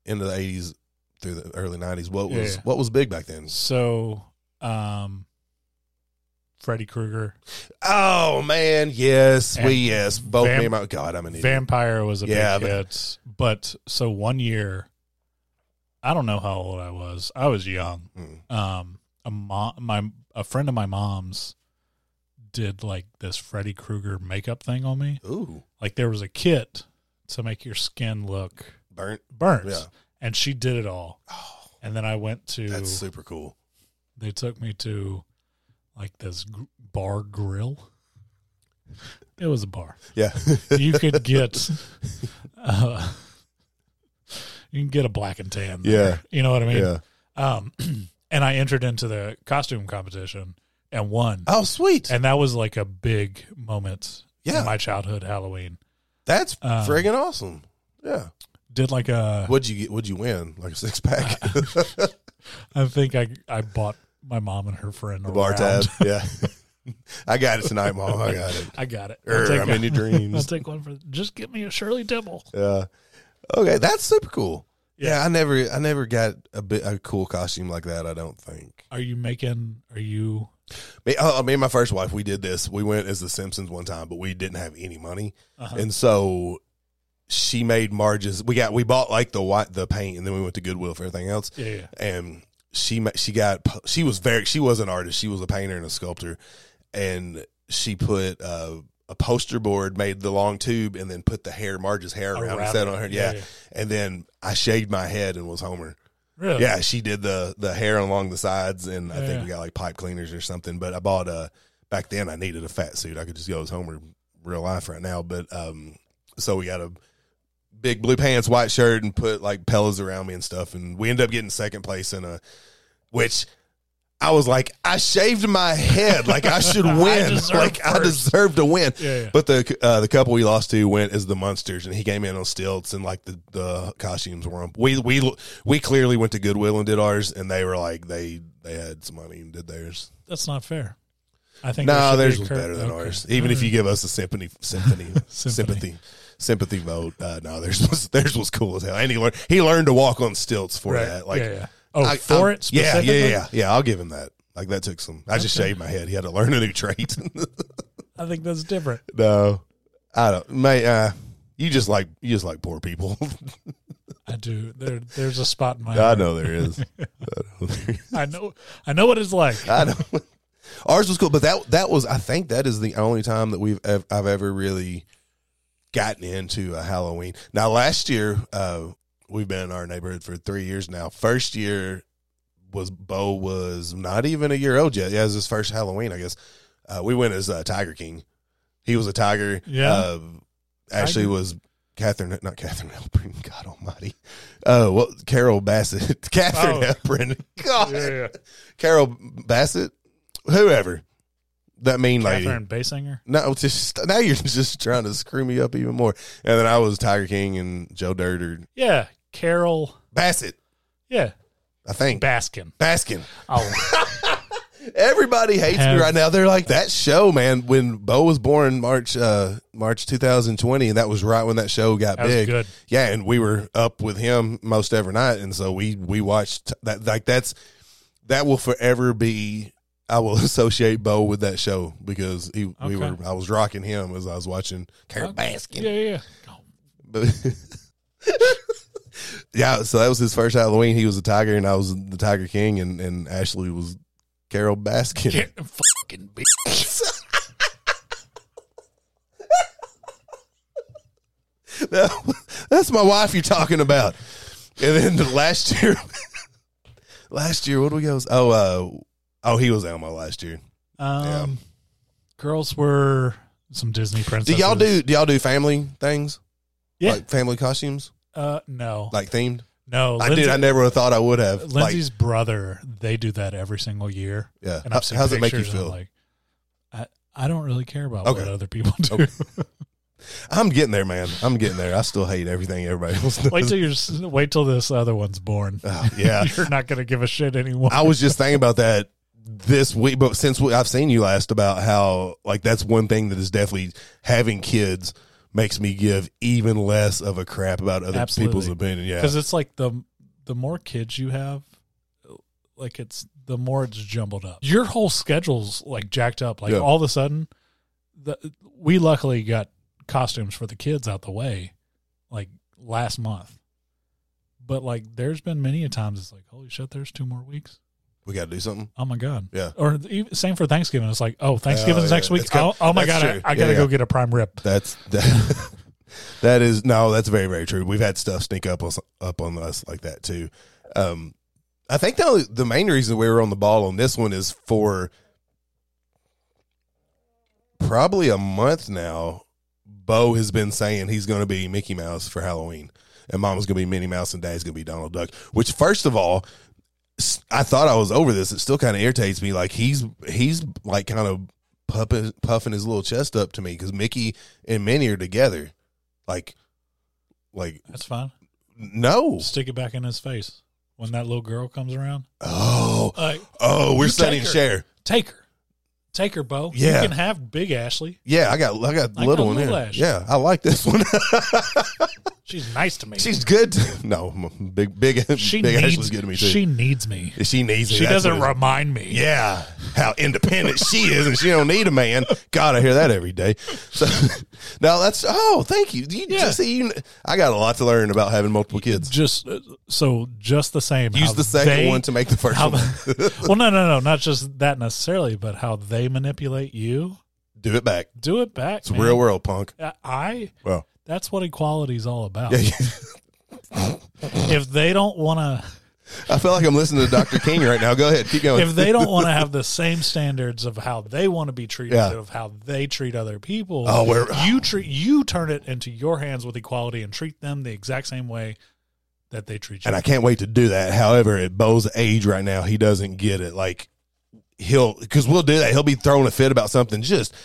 Speaker 2: into the '80s through the early '90s. What
Speaker 1: Yeah,
Speaker 2: was
Speaker 1: yeah.
Speaker 2: what was big back then?
Speaker 1: So, um, Freddy Krueger.
Speaker 2: Oh man, yes,
Speaker 1: And
Speaker 2: we yes, both
Speaker 1: vamp-
Speaker 2: me and my God, I'm an idiot.
Speaker 1: Vampire was a
Speaker 2: Yeah,
Speaker 1: big
Speaker 2: but-
Speaker 1: hit. But so one year, I don't know how old I was. I was young.
Speaker 2: Mm.
Speaker 1: Um, a mom, my a friend of my mom's did like this Freddy Krueger makeup thing on me.
Speaker 2: Hmm. Ooh,
Speaker 1: Like there was a kit to make your skin look
Speaker 2: burnt.
Speaker 1: burnt,
Speaker 2: Yeah.
Speaker 1: and she did it all.
Speaker 2: Oh,
Speaker 1: And then I went to
Speaker 2: that's super cool.
Speaker 1: they took me to like this gr- bar grill. It was a bar.
Speaker 2: Yeah, *laughs*
Speaker 1: You could get, uh, you can get a black and tan.
Speaker 2: Yeah.
Speaker 1: you know what I mean.
Speaker 2: yeah.
Speaker 1: Um, *clears throat* and I entered into the costume competition and won,
Speaker 2: Oh, sweet.
Speaker 1: and that was like a big moment.
Speaker 2: Yeah.
Speaker 1: in my childhood Halloween.
Speaker 2: That's
Speaker 1: Um,
Speaker 2: friggin' awesome. Yeah.
Speaker 1: Did like a,
Speaker 2: What'd you get? What'd you win? Like a
Speaker 1: *laughs*
Speaker 2: six pack, *laughs*
Speaker 1: I think I I bought my mom and her friend
Speaker 2: the
Speaker 1: a
Speaker 2: bar
Speaker 1: round.
Speaker 2: tab. Yeah. *laughs* I got it tonight, Mom. I got it.
Speaker 1: I got it. I'll
Speaker 2: Er,
Speaker 1: take
Speaker 2: I'm
Speaker 1: a-
Speaker 2: in
Speaker 1: *laughs*
Speaker 2: your
Speaker 1: I'll
Speaker 2: dreams.
Speaker 1: take one for just get me a Shirley Temple.
Speaker 2: Yeah. Okay, that's super cool. Yeah.
Speaker 1: Yeah.
Speaker 2: I never, I never got a bit a cool costume like that. I don't think.
Speaker 1: Are you making? Are you?
Speaker 2: Me, uh, me and my first wife, we did this. We went as the Simpsons one time, but we didn't have any money,
Speaker 1: Uh-huh.
Speaker 2: and so she made Marge's. We got, we bought like the white, the paint, and then we went to Goodwill for everything else.
Speaker 1: yeah, yeah.
Speaker 2: and she ma- she got pu- she was very she was an artist she was a painter and a sculptor and she put uh, a poster board made the long tube and then put the hair Marge's hair around and
Speaker 1: Around
Speaker 2: set
Speaker 1: it.
Speaker 2: on her
Speaker 1: Yeah,
Speaker 2: yeah.
Speaker 1: yeah.
Speaker 2: and then I shaved my head and was Homer
Speaker 1: Really?
Speaker 2: yeah she did the the hair along the sides and I
Speaker 1: Yeah,
Speaker 2: think
Speaker 1: yeah.
Speaker 2: we got like pipe cleaners or something but I bought a back then I needed a fat suit I could just go as Homer real life right now but um so we got a big blue pants, white shirt, and put like pillows around me and stuff. And we ended up getting second place in a, which I was like, I shaved my head, like I
Speaker 1: *laughs*
Speaker 2: should
Speaker 1: I
Speaker 2: win,
Speaker 1: deserve
Speaker 2: like I
Speaker 1: first.
Speaker 2: deserve to win.
Speaker 1: Yeah, yeah.
Speaker 2: But the uh, the couple we lost to went as the Munsters, and he came in on stilts, and like the, the costumes were on. We we we clearly went to Goodwill and did ours, and they were like they they had some money and did theirs.
Speaker 1: That's not fair. I think there
Speaker 2: No,
Speaker 1: should be
Speaker 2: theirs
Speaker 1: a
Speaker 2: was
Speaker 1: cur-
Speaker 2: better than
Speaker 1: okay.
Speaker 2: ours. Even if you give us a symphony, symphony,
Speaker 1: *laughs* Symphony.
Speaker 2: sympathy, sympathy vote. Uh, no, theirs was *laughs* theirs was cool as hell. And he learned he learned to walk on stilts for
Speaker 1: Right.
Speaker 2: that. Like,
Speaker 1: yeah, yeah. Oh,
Speaker 2: I-
Speaker 1: for
Speaker 2: I'm-
Speaker 1: it
Speaker 2: Yeah, yeah,
Speaker 1: specifically.
Speaker 2: yeah, yeah, yeah. I'll give him that. Like that took some. I just shaved my head. He had to learn a new trait. *laughs*
Speaker 1: I think that's different.
Speaker 2: no, I don't. May uh, you just like you just like poor people. *laughs*
Speaker 1: I do. There, there's a spot in my.
Speaker 2: I
Speaker 1: heart.
Speaker 2: know there is. I know there is.
Speaker 1: I know. I know what it's like.
Speaker 2: I know. Ours was cool, but that that was I think that is the only time that we've ev- I've ever really gotten into a Halloween. Now last year, uh, we've been in our neighborhood for three years now. First year was Bo was not even a year old yet. Yeah, it was his first Halloween, I guess. Uh, we went as uh, Tiger King. He was a tiger.
Speaker 1: Yeah.
Speaker 2: Uh, Ashley
Speaker 1: Tiger.
Speaker 2: was Catherine, not Catherine Hepburn. *laughs* God Almighty. Uh, well, Carol Bassett, *laughs* Catherine
Speaker 1: Oh.
Speaker 2: Hepburn.
Speaker 1: *laughs*
Speaker 2: God.
Speaker 1: Yeah,
Speaker 2: *laughs*
Speaker 1: yeah.
Speaker 2: Carol Bassett, whoever that mean lady.
Speaker 1: Catherine Basinger.
Speaker 2: No, it's just now you're *laughs* just trying to screw me up even more. And then I was Tiger King and Joe Dirt or
Speaker 1: Yeah, Carol.
Speaker 2: Bassett,
Speaker 1: Yeah,
Speaker 2: I think.
Speaker 1: Baskin.
Speaker 2: Baskin.
Speaker 1: Oh,
Speaker 2: Everybody hates
Speaker 1: Have-
Speaker 2: me right now. They're like that show, man. When Bo was born, March, uh, March 2020, and that was right when that show got
Speaker 1: That was
Speaker 2: big.
Speaker 1: good.
Speaker 2: Yeah, and we were up with him most every night, and so we we watched that. Like that's that will forever be. I will *laughs* associate Bo with that show because he we
Speaker 1: Okay.
Speaker 2: were I was rocking him as I was watching Carol Baskin.
Speaker 1: yeah, yeah. Oh,
Speaker 2: But- *laughs* yeah, so that was his first Halloween. He was a tiger, and I was the Tiger King, and, and Ashley was Carol
Speaker 1: *laughs*
Speaker 2: Baskin.
Speaker 1: yeah. Fucking bitch.
Speaker 2: That- *laughs* that's my wife you're talking about. And then the last year, *laughs* last year, what do we go? Oh, uh, oh, he was Elmo last year.
Speaker 1: Um, girls were some Disney
Speaker 2: Do
Speaker 1: princesses.
Speaker 2: y'all do do y'all do family things?
Speaker 1: Yeah.
Speaker 2: like family costumes,
Speaker 1: Uh, no,
Speaker 2: like themed.
Speaker 1: no.
Speaker 2: I did. I never would have thought I would have.
Speaker 1: Lindsay's brother, they do that every single year.
Speaker 2: Yeah.
Speaker 1: And I've
Speaker 2: How-
Speaker 1: seen
Speaker 2: how's it make you
Speaker 1: pictures and I'm
Speaker 2: feel?
Speaker 1: like, I, I don't really care about
Speaker 2: Okay.
Speaker 1: what other people do.
Speaker 2: Okay. I'm getting there, man. I'm getting there. I still hate everything everybody else
Speaker 1: *laughs*
Speaker 2: does.
Speaker 1: Wait till you're s- wait till this other one's born.
Speaker 2: *laughs* Oh, *laughs* yeah.
Speaker 1: *laughs* you're not gonna give a shit anymore.
Speaker 2: I was just thinking about that this week, but since we, I've seen you last about how like that's one thing that is definitely having kids makes me give even less of a crap about other
Speaker 1: Absolutely.
Speaker 2: people's opinion. Yeah,
Speaker 1: because it's like the the more kids you have like it's the more it's jumbled up your whole schedule's like jacked up like
Speaker 2: Yeah.
Speaker 1: all of a sudden the, we luckily got costumes for the kids out the way like last month but like there's been many a times it's like holy shit there's two more weeks
Speaker 2: we got to do something.
Speaker 1: oh my god
Speaker 2: Yeah.
Speaker 1: or even, same for thanksgiving it's like oh thanksgiving's
Speaker 2: yeah,
Speaker 1: next week
Speaker 2: that's good.
Speaker 1: oh, oh my
Speaker 2: That's
Speaker 1: god I,
Speaker 2: true.
Speaker 1: I gotta
Speaker 2: Yeah,
Speaker 1: go
Speaker 2: yeah.
Speaker 1: get a prime rib
Speaker 2: That's that. *laughs* that is no. That's very very true. We've had stuff sneak up on up on us like that too. Um, I think the the main reason we were on the ball on this one is for probably a month now. Bo has been saying he's going to be Mickey Mouse for Halloween, and Mama's going to be Minnie Mouse, and Dad's going to be Donald Duck. Which, first of all, s- I thought I was over this. It still kind of irritates me. Like he's he's like kind of puffing puffing his little chest up to me because Mickey and Minnie are together. Like, like
Speaker 1: that's fine
Speaker 2: no.
Speaker 1: stick it back in his face when that little girl comes around
Speaker 2: Oh,
Speaker 1: like
Speaker 2: oh, we're
Speaker 1: You
Speaker 2: studying
Speaker 1: take her.
Speaker 2: share.
Speaker 1: Take her. Take her, Bo.
Speaker 2: Yeah.
Speaker 1: You can have Big Ashley.
Speaker 2: Yeah, I got I got
Speaker 1: I
Speaker 2: little
Speaker 1: got
Speaker 2: one
Speaker 1: little
Speaker 2: here.
Speaker 1: Ash.
Speaker 2: Yeah, I like this one. *laughs*
Speaker 1: She's nice to me.
Speaker 2: She's good. *laughs* No, m- big big *laughs*
Speaker 1: she
Speaker 2: big
Speaker 1: needs,
Speaker 2: Ashley's good to me too.
Speaker 1: She needs me.
Speaker 2: She needs it.
Speaker 1: She
Speaker 2: That's
Speaker 1: doesn't
Speaker 2: what it is.
Speaker 1: remind me.
Speaker 2: Yeah, how independent she is, and she don't need a man. God, I hear that every day. *laughs* So now that's oh, thank you. You
Speaker 1: Yeah.
Speaker 2: see, you, I got a lot to learn about having multiple kids.
Speaker 1: Just uh, so, just the same.
Speaker 2: Use
Speaker 1: how
Speaker 2: the second
Speaker 1: they-
Speaker 2: one to make the first
Speaker 1: how-
Speaker 2: one.
Speaker 1: *laughs* well, no, no, no, not just that necessarily, but how they manipulate you.
Speaker 2: *laughs* Do it back.
Speaker 1: Do it back.
Speaker 2: It's real world punk.
Speaker 1: I.
Speaker 2: Well,
Speaker 1: That's what equality is all about.
Speaker 2: yeah, yeah.
Speaker 1: If they don't want
Speaker 2: I feel like I'm listening to Dr. King right now. Go ahead, keep
Speaker 1: to,
Speaker 2: going.
Speaker 1: if they don't
Speaker 2: *laughs*
Speaker 1: want to have the same standards of how they want to be treated,
Speaker 2: Yeah.
Speaker 1: of how they treat other people,
Speaker 2: oh, we're
Speaker 1: you treat you turn it into your hands with equality and treat them the exact same way that they treat you.
Speaker 2: and I can't wait to do that. However, at Bo's age right now, he doesn't get it. Like he'll because we'll do that. He'll be throwing a fit about something just.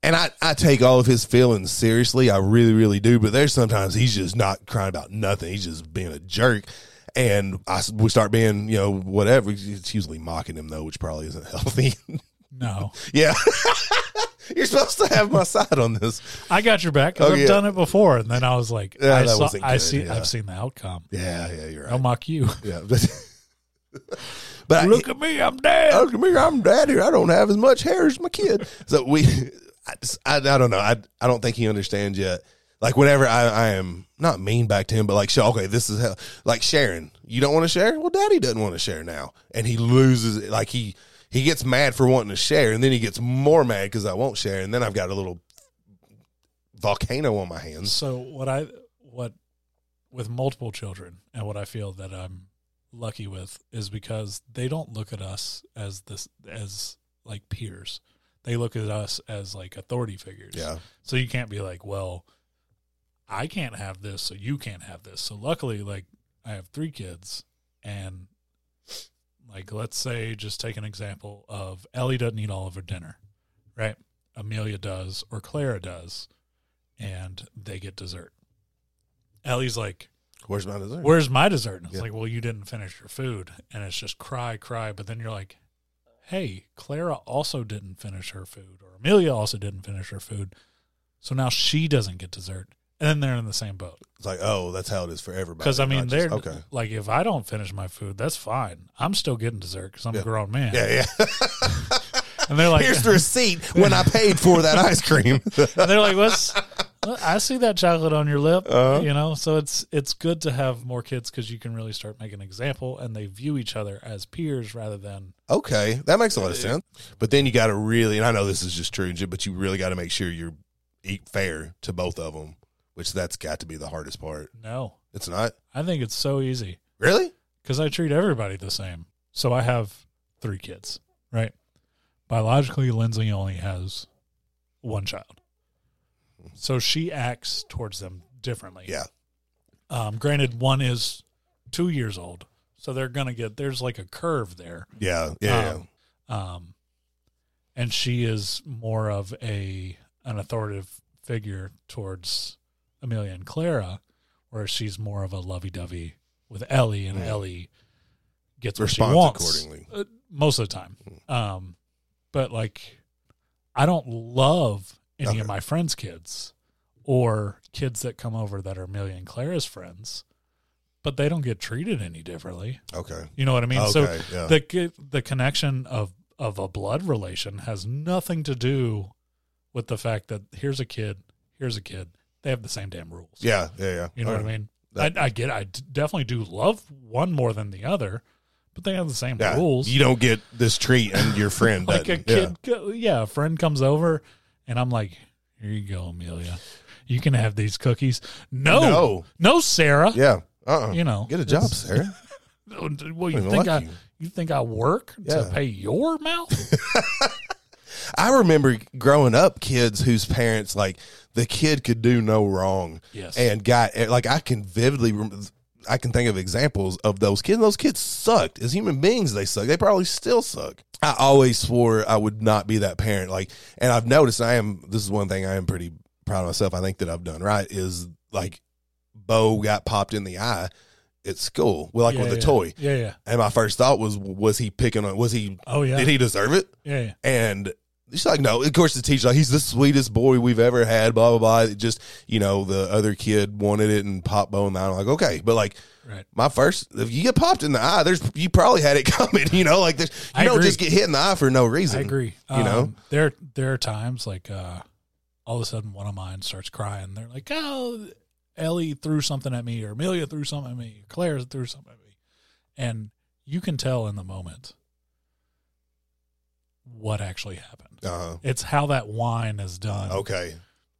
Speaker 2: And I, I take all of his feelings seriously. I really, really do. But there's sometimes he's just not crying about nothing. He's just being a jerk. And I, s- we start being, you know, whatever. It's usually mocking him, though, which probably isn't *laughs* healthy.
Speaker 1: no,
Speaker 2: yeah. *laughs* You're supposed to have my side on this.
Speaker 1: I got your back 'cause
Speaker 2: Oh,
Speaker 1: I've
Speaker 2: yeah.
Speaker 1: done it before, and then I was like,
Speaker 2: Yeah,
Speaker 1: I,
Speaker 2: that
Speaker 1: saw,
Speaker 2: wasn't
Speaker 1: I
Speaker 2: good,
Speaker 1: see,
Speaker 2: yeah.
Speaker 1: I've seen the outcome.
Speaker 2: Yeah, yeah, you're right.
Speaker 1: I'll mock
Speaker 2: *laughs*
Speaker 1: you.
Speaker 2: yeah. but I-
Speaker 1: Look at me, I'm dead.
Speaker 2: look at me, I'm daddy. I don't have as much hair as my kid. So we, *laughs* I, just- I, I don't know. I, I don't think he understands yet. Like whenever I, I am not mean back to him, but like, so, okay, this is how, like Sharon, you don't want to share? Well, daddy doesn't want to share now. And he loses it. Like he, he gets mad for wanting to share and then he gets more mad because I won't share. And then I've got a little volcano on my hands.
Speaker 1: So what I what with multiple children and what I feel that I'm lucky with is because they don't look at us as this as like peers. They look at us as like authority figures.
Speaker 2: Yeah.
Speaker 1: So you can't be like, well, I can't have this, so you can't have this. So luckily, like I have three kids, and like let's say just take an example of Ellie doesn't eat all of her dinner, right? Amelia does or Clara does, and they get dessert. Ellie's like,
Speaker 2: Where's my dessert?
Speaker 1: "Where's my dessert?" And it's
Speaker 2: Yeah.
Speaker 1: like, "Well, you didn't finish your food," and it's just cry, cry. But then you're like, "Hey, Clara also didn't finish her food, or Amelia also didn't finish her food, so now she doesn't get dessert." And then they're in the same boat.
Speaker 2: it's like, oh, that's how it is for everybody.
Speaker 1: Because I mean,
Speaker 2: not
Speaker 1: they're
Speaker 2: just- okay.
Speaker 1: like, if I don't finish my food, that's fine. I'm still getting dessert because I'm
Speaker 2: Yeah.
Speaker 1: a grown man.
Speaker 2: Yeah, yeah.
Speaker 1: And they're *laughs* like,
Speaker 2: *laughs* Here's the receipt when I paid for that ice cream. *laughs*
Speaker 1: and they're like, what's? I see that chocolate on your lip.
Speaker 2: Uh-huh.
Speaker 1: You know, so it's it's good to have more kids because you can really start making an example, and they view each other as peers rather than
Speaker 2: Okay, that makes a lot of sense. But then you got to really, and I know this is just true, but you really got to make sure you're eat fair to both of them, which that's got to be the hardest part.
Speaker 1: no.
Speaker 2: It's not
Speaker 1: I think it's so easy.
Speaker 2: really.
Speaker 1: because I treat everybody the same. So I have three kids, right? Biologically, Lindsay only has one child. So she acts towards them differently.
Speaker 2: Yeah.
Speaker 1: Um, granted, one is two years old. So they're going to get, there's like a curve there.
Speaker 2: Yeah, yeah,
Speaker 1: Um, Um, and she is more of a an authoritative figure towards Amelia and Clara, whereas she's more of a lovey dovey with Ellie, and
Speaker 2: Mm.
Speaker 1: Ellie gets what she
Speaker 2: Responds
Speaker 1: wants
Speaker 2: accordingly. Hmm.
Speaker 1: uh, most of the time. Um, but like, I don't love any
Speaker 2: Okay.
Speaker 1: of my friends' kids or kids that come over that are Amelia and Clara's friends, but they don't get treated any differently.
Speaker 2: Okay.
Speaker 1: You know what I mean? So
Speaker 2: Okay, yeah.
Speaker 1: the co- the connection of of a blood relation has nothing to do with the fact that here's a kid, here's a kid. They have the same damn rules.
Speaker 2: Yeah, yeah, yeah.
Speaker 1: You know
Speaker 2: All
Speaker 1: what I mean?
Speaker 2: That-
Speaker 1: I, I get. I d- definitely do love one more than the other, but they have the same
Speaker 2: Yeah.
Speaker 1: rules.
Speaker 2: You don't get this treat and your friend
Speaker 1: *laughs* like
Speaker 2: doesn't.
Speaker 1: a kid, go- yeah. a friend comes over, and I'm like, "Here you go, Amelia. You can have these cookies." No,
Speaker 2: No.
Speaker 1: no, Sarah.
Speaker 2: Yeah. yeah. Uh-uh.
Speaker 1: You know,
Speaker 2: Get a job,
Speaker 1: it's- uh,
Speaker 2: Sarah.
Speaker 1: Well,
Speaker 2: I
Speaker 1: you
Speaker 2: don't
Speaker 1: think
Speaker 2: like
Speaker 1: I
Speaker 2: you.
Speaker 1: you. think I work
Speaker 2: Yeah.
Speaker 1: to pay your mouth?
Speaker 2: *laughs* I remember growing up kids whose parents like the kid could do no wrong.
Speaker 1: Yes.
Speaker 2: And got eh, like I can vividly rem- I can think of examples of those kids. Those kids sucked. As human beings, they suck. They probably still suck. I always swore I would not be that parent. Like, and I've noticed I am. This is one thing I am pretty proud of myself. I think that I've done right is like, Bo got popped in the eye at school. Well, like
Speaker 1: Yeah,
Speaker 2: with a
Speaker 1: yeah.
Speaker 2: toy.
Speaker 1: Yeah, yeah.
Speaker 2: And my first thought was, was he picking on? Was he?
Speaker 1: Oh yeah.
Speaker 2: Did he deserve it?
Speaker 1: Yeah, yeah.
Speaker 2: And she's like, no. Of course, the teacher like, he's the sweetest boy we've ever had. Blah blah blah. It just you know, the other kid wanted it and popped Bo in the eye. I'm like, okay, but like
Speaker 1: Right.
Speaker 2: my first, if you get popped in the eye, there's you probably had it *laughs* coming. You know, like there's, you
Speaker 1: I
Speaker 2: don't
Speaker 1: agree.
Speaker 2: just get hit in the eye for no reason.
Speaker 1: I agree.
Speaker 2: You know?
Speaker 1: Um, there there are times like uh all of a sudden one of mine starts crying. They're like, "Oh, Ellie threw something at me, or Amelia threw something at me, or Claire threw something at me," and you can tell in the moment what actually happened.
Speaker 2: Uh,
Speaker 1: It's how that wine is done.
Speaker 2: okay,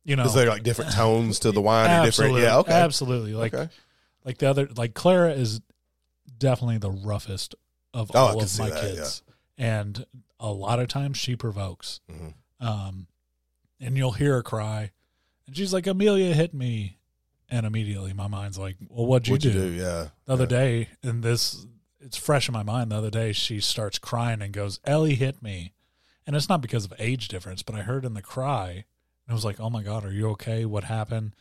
Speaker 1: You know,
Speaker 2: because they're
Speaker 1: *laughs*
Speaker 2: like different tones to the wine or different.
Speaker 1: absolutely,
Speaker 2: Yeah, okay,
Speaker 1: absolutely. Like
Speaker 2: okay.
Speaker 1: like the other like Clara is definitely the roughest of
Speaker 2: Oh, I
Speaker 1: all
Speaker 2: can
Speaker 1: of
Speaker 2: see
Speaker 1: my
Speaker 2: that,
Speaker 1: kids. And a lot of times she provokes.
Speaker 2: Mhm.
Speaker 1: Um and you'll hear her cry and she's like, Amelia hit me and immediately my mind's like, Well what'd you,
Speaker 2: What'd
Speaker 1: do?
Speaker 2: you do? Yeah,
Speaker 1: The other day and this it's fresh in my mind, the other day she starts crying and goes, Ellie hit me and it's not because of age difference, but I heard in the cry and I was like, Oh my god, are you okay? What happened?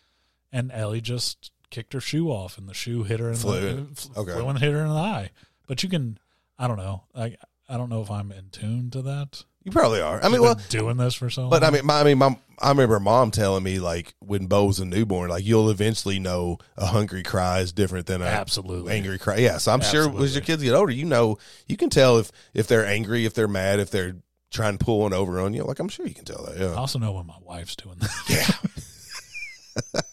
Speaker 1: And Ellie just kicked her shoe off and the shoe hit her in
Speaker 2: Flew
Speaker 1: the
Speaker 2: in.
Speaker 1: f-
Speaker 2: Okay.
Speaker 1: flew and hit her in the eye. But you can I don't know. I I don't know if I'm in tune to that.
Speaker 2: you probably are. I mean,
Speaker 1: Been
Speaker 2: well,
Speaker 1: doing this for so
Speaker 2: But I
Speaker 1: long.
Speaker 2: mean, my, I mean, my, I remember mom telling me like when Bo was a newborn, like you'll eventually know a hungry cry is different than a
Speaker 1: Absolutely.
Speaker 2: angry cry. Yeah, so I'm sure as
Speaker 1: Absolutely.
Speaker 2: your kids get older, you know, you can tell if if they're angry, if they're mad, if they're trying to pull one over on you. Like I'm sure you can tell that.
Speaker 1: I
Speaker 2: Yeah,
Speaker 1: also know when my wife's doing that. *laughs*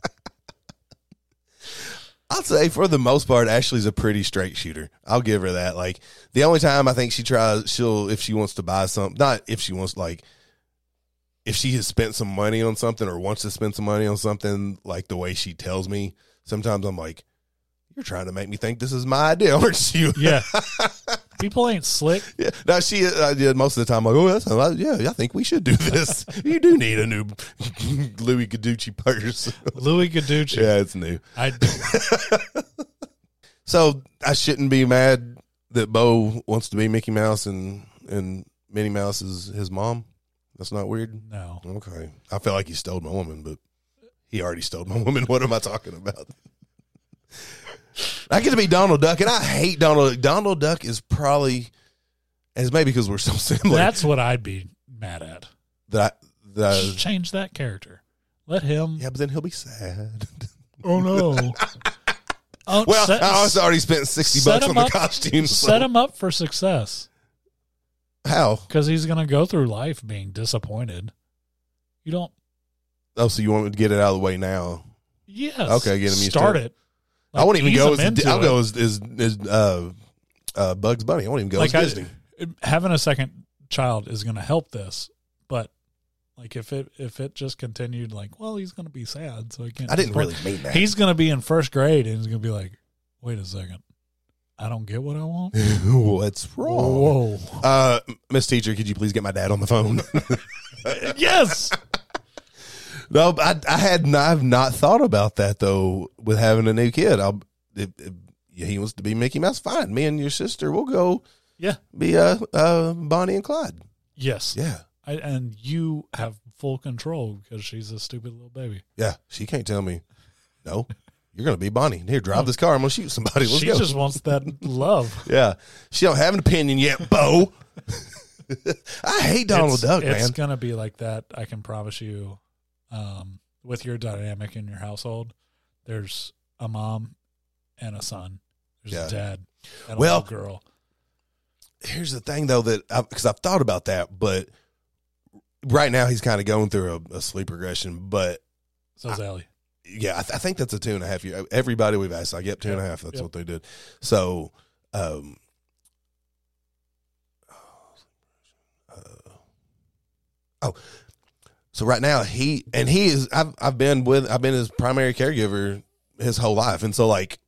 Speaker 2: I'd say for the most part, Ashley's a pretty straight shooter. I'll give her that. Like the only time I think she tries, she'll if she wants to buy something, not if she wants like. If she has spent some money on something or wants to spend some money on something, like the way she tells me, sometimes I'm like, "You're trying to make me think this is my idea, aren't you?"
Speaker 1: yeah.
Speaker 2: *laughs*
Speaker 1: People ain't slick.
Speaker 2: Yeah. Now she, uh, I did most of the time. Like, oh, that's not, yeah. I think we should do this. *laughs* you do need a new Louis Gucci purse. *laughs*
Speaker 1: Louis Gaducci.
Speaker 2: yeah, it's new.
Speaker 1: I
Speaker 2: So I shouldn't be mad that Bo wants to be Mickey Mouse and and Minnie Mouse is his mom. That's not weird.
Speaker 1: no.
Speaker 2: Okay, I feel like he stole my woman, but he already stole my *laughs* woman. What am I talking about? *laughs* I get to be Donald Duck, and I hate Donald. Duck. Donald Duck is probably, as maybe because we're so *laughs* similar.
Speaker 1: That's what I'd be mad at.
Speaker 2: that I, that I-
Speaker 1: Just change that character. Let him.
Speaker 2: Uh, yeah, but then he'll be
Speaker 1: *laughs*
Speaker 2: sad.
Speaker 1: Oh no. *laughs* Oh,
Speaker 2: well,
Speaker 1: set,
Speaker 2: I also already spent sixty
Speaker 1: set
Speaker 2: bucks on
Speaker 1: him
Speaker 2: the
Speaker 1: up-
Speaker 2: costume. so-
Speaker 1: set him up for success
Speaker 2: How?
Speaker 1: because he's gonna go through life being disappointed. You don't.
Speaker 2: Oh, so you want me to get it out of the way now?
Speaker 1: Yes.
Speaker 2: Okay, get him used
Speaker 1: Start
Speaker 2: to it.
Speaker 1: it.
Speaker 2: I won't even
Speaker 1: ease
Speaker 2: go.
Speaker 1: him
Speaker 2: As,
Speaker 1: into
Speaker 2: I'll
Speaker 1: it.
Speaker 2: go as, as, as uh, uh, Bugs Bunny. I won't even go
Speaker 1: like I,
Speaker 2: as Disney.
Speaker 1: having a second child is going to help this, but like if it if it just continued like, well, he's going to be sad, so he can't.
Speaker 2: I, didn't
Speaker 1: support-
Speaker 2: really mean that.
Speaker 1: He's going to be in first grade and he's going to be like, wait a second, I don't get what I want.
Speaker 2: *laughs* What's wrong?
Speaker 1: Whoa!
Speaker 2: Uh, Miss Teacher, could you please get my dad on the
Speaker 1: *laughs*
Speaker 2: phone?
Speaker 1: yes,
Speaker 2: no, but I, I had not, I've not thought about that though. With having a new kid, I'll. If, if he wants to be Mickey Mouse. Fine. Me and your sister will go
Speaker 1: yeah,
Speaker 2: be uh, uh Bonnie and Clyde.
Speaker 1: yes.
Speaker 2: Yeah.
Speaker 1: I, and you have full control because she's a stupid little baby.
Speaker 2: Yeah, she can't tell me. No, you're gonna be Bonnie. Here, drive this car. I'm gonna shoot somebody. Let's
Speaker 1: she
Speaker 2: go.
Speaker 1: just wants that love.
Speaker 2: yeah, she don't have an opinion
Speaker 1: *laughs*
Speaker 2: yet, Bo. *laughs* I hate *laughs* Donald
Speaker 1: it's,
Speaker 2: Duck,
Speaker 1: It's
Speaker 2: man.
Speaker 1: gonna be like that. I can promise you. Um, with your dynamic in your household, there's a mom and a son. There's
Speaker 2: Yeah.
Speaker 1: a dad and a
Speaker 2: Well-
Speaker 1: little girl.
Speaker 2: Here's the thing, though, that because I've thought about that, but right now he's kind of going through a, a sleep regression. But
Speaker 1: So's Allie.
Speaker 2: yeah, I, th- I think that's a two and a half year. Everybody we've asked, like, yep, two and a
Speaker 1: Yep,
Speaker 2: half. That's
Speaker 1: yep.
Speaker 2: what they did. So, um, uh, oh, so right now he and he is. I've I've been with. I've been his primary caregiver his whole life, and so like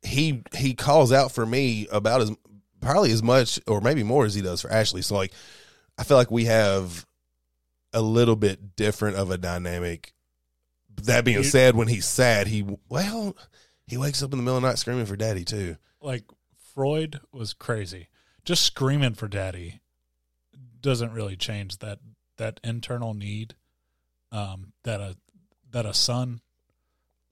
Speaker 2: he he calls out for me about as probably as much or maybe more as he does for Ashley. So like, I feel like we have a little bit different of a dynamic. That being
Speaker 1: You-
Speaker 2: said, when he's sad, he well, he wakes up in the middle of the night screaming for daddy too.
Speaker 1: Like Freud was crazy. Just screaming for daddy doesn't really change that that internal need um, that a that a son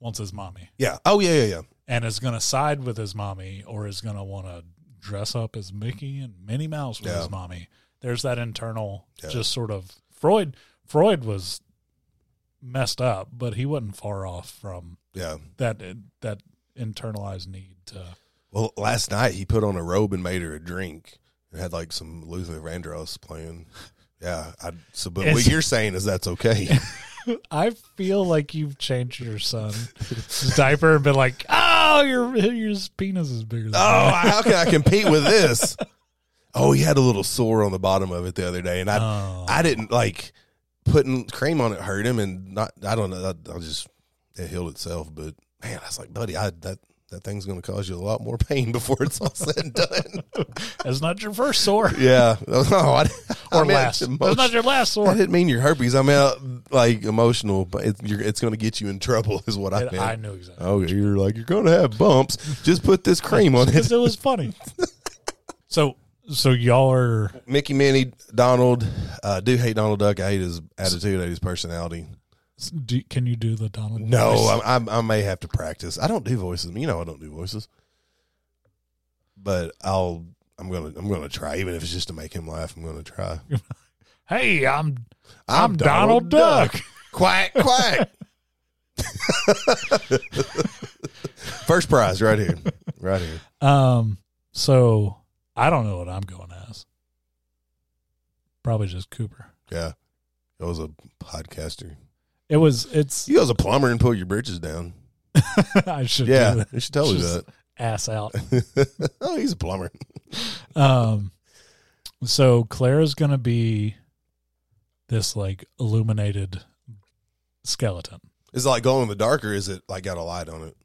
Speaker 1: wants his mommy.
Speaker 2: Yeah. Oh yeah yeah yeah.
Speaker 1: and is going to side with his mommy or is going to want to dress up as Mickey and Minnie Mouse with
Speaker 2: Yeah.
Speaker 1: his mommy. There's that internal
Speaker 2: Yeah.
Speaker 1: just sort of Freud Freud was messed up, but he wasn't far off from
Speaker 2: Yeah.
Speaker 1: that that internalized need to
Speaker 2: Well, last night he put on a robe and made her a drink. It had like some Luther Vandross playing. Yeah. I, so, but what
Speaker 1: It's-
Speaker 2: you're saying is that's okay.
Speaker 1: I feel like you've changed your son's diaper and been like, "Oh, your your penis is bigger than
Speaker 2: oh,
Speaker 1: mine."
Speaker 2: how can I compete with this? Oh, he had a little sore on the bottom of it the other day, and I
Speaker 1: Oh.
Speaker 2: I didn't like putting cream on it hurt him, and not I don't know. I, I just it healed itself, but man, I was like, buddy, I that that thing's going to cause you a lot more pain *laughs* before it's all said and done.
Speaker 1: That's not your first sore
Speaker 2: yeah, *laughs* no, I, I
Speaker 1: or
Speaker 2: meant
Speaker 1: last. That's
Speaker 2: emotion-
Speaker 1: not your last
Speaker 2: I *laughs*
Speaker 1: sore.
Speaker 2: didn't mean your herpes. I meant like emotional, but it, you're, it's going to get you in trouble, *laughs* is what I meant.
Speaker 1: And I knew exactly.
Speaker 2: oh, you're like you're going to have bumps. Just
Speaker 1: *laughs*
Speaker 2: put this cream on it. *laughs*
Speaker 1: because it was funny. so so y'all are
Speaker 2: Mickey, Minnie, Donald. Uh, I do hate Donald Duck. I hate his attitude. I hate his personality.
Speaker 1: do, can you do the Donald?
Speaker 2: No,
Speaker 1: voice?
Speaker 2: I, I, I may have to practice. I don't do voices. You know, I don't do voices. But I'll. I'm gonna. I'm gonna try, even if it's just to make him laugh. I'm gonna try.
Speaker 1: hey, I'm I'm, Donald, Duck.
Speaker 2: *laughs* Quack quack. *laughs* First prize right here, right here.
Speaker 1: Um, so I don't know what I'm going as. Probably just Cooper.
Speaker 2: Yeah, I was a podcaster.
Speaker 1: It was. It's. *laughs*
Speaker 2: You was a plumber and pull your britches down.
Speaker 1: I should. do
Speaker 2: Yeah,
Speaker 1: that.
Speaker 2: you should tell
Speaker 1: Just-
Speaker 2: us
Speaker 1: Ass out.
Speaker 2: that. *laughs* oh, he's a plumber.
Speaker 1: Um. So Clara's gonna be this like illuminated skeleton.
Speaker 2: Is it like glow in the dark, or is it like got a light on it?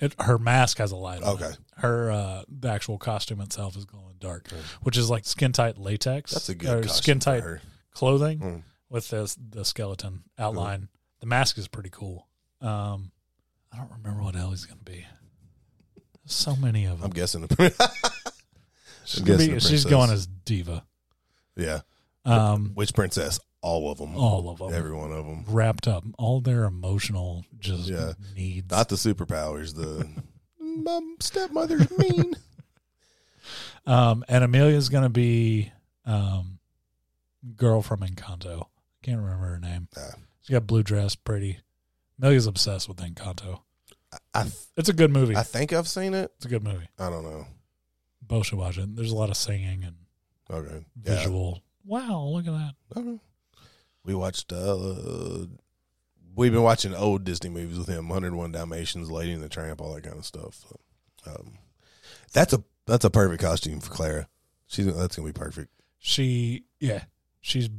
Speaker 1: It, her mask has a light on.
Speaker 2: Okay.
Speaker 1: It. Her uh, the actual costume itself is glowing dark, which is like skin tight latex.
Speaker 2: Hmm. That's a
Speaker 1: or
Speaker 2: good
Speaker 1: skin tight
Speaker 2: For her. Hmm.
Speaker 1: clothing
Speaker 2: Mm.
Speaker 1: with this the skeleton outline. The mask is pretty cool. Um, I don't remember what Ellie's gonna be. So many of them.
Speaker 2: I'm guessing. *laughs*
Speaker 1: She's, gonna be,
Speaker 2: guessing the
Speaker 1: she's
Speaker 2: princess.
Speaker 1: going as diva.
Speaker 2: yeah,
Speaker 1: Um,
Speaker 2: which princess? All of them.
Speaker 1: all of them
Speaker 2: Every one of them.
Speaker 1: wrapped up, all their emotional just
Speaker 2: Yeah.
Speaker 1: needs.
Speaker 2: Not the superpowers. The *laughs* my stepmother's mean.
Speaker 1: Um, and Amelia's gonna be um, girl from Encanto. Can't remember her name.
Speaker 2: Nah.
Speaker 1: She got blue dress, pretty. Amelia's obsessed with Encanto.
Speaker 2: I th-
Speaker 1: It's a good movie.
Speaker 2: I think I've seen it.
Speaker 1: it's a good movie.
Speaker 2: I don't know.
Speaker 1: Both should watch it. There's a lot of singing and
Speaker 2: Okay. Yeah.
Speaker 1: visual. Wow, look at that.
Speaker 2: Okay. We watched. uh We've been watching old Disney movies with him: 101 Dalmatians, Lady and the Tramp, all that kind of stuff. So, um, that's a that's a perfect costume for Clara. She's that's gonna be perfect.
Speaker 1: She, yeah, she's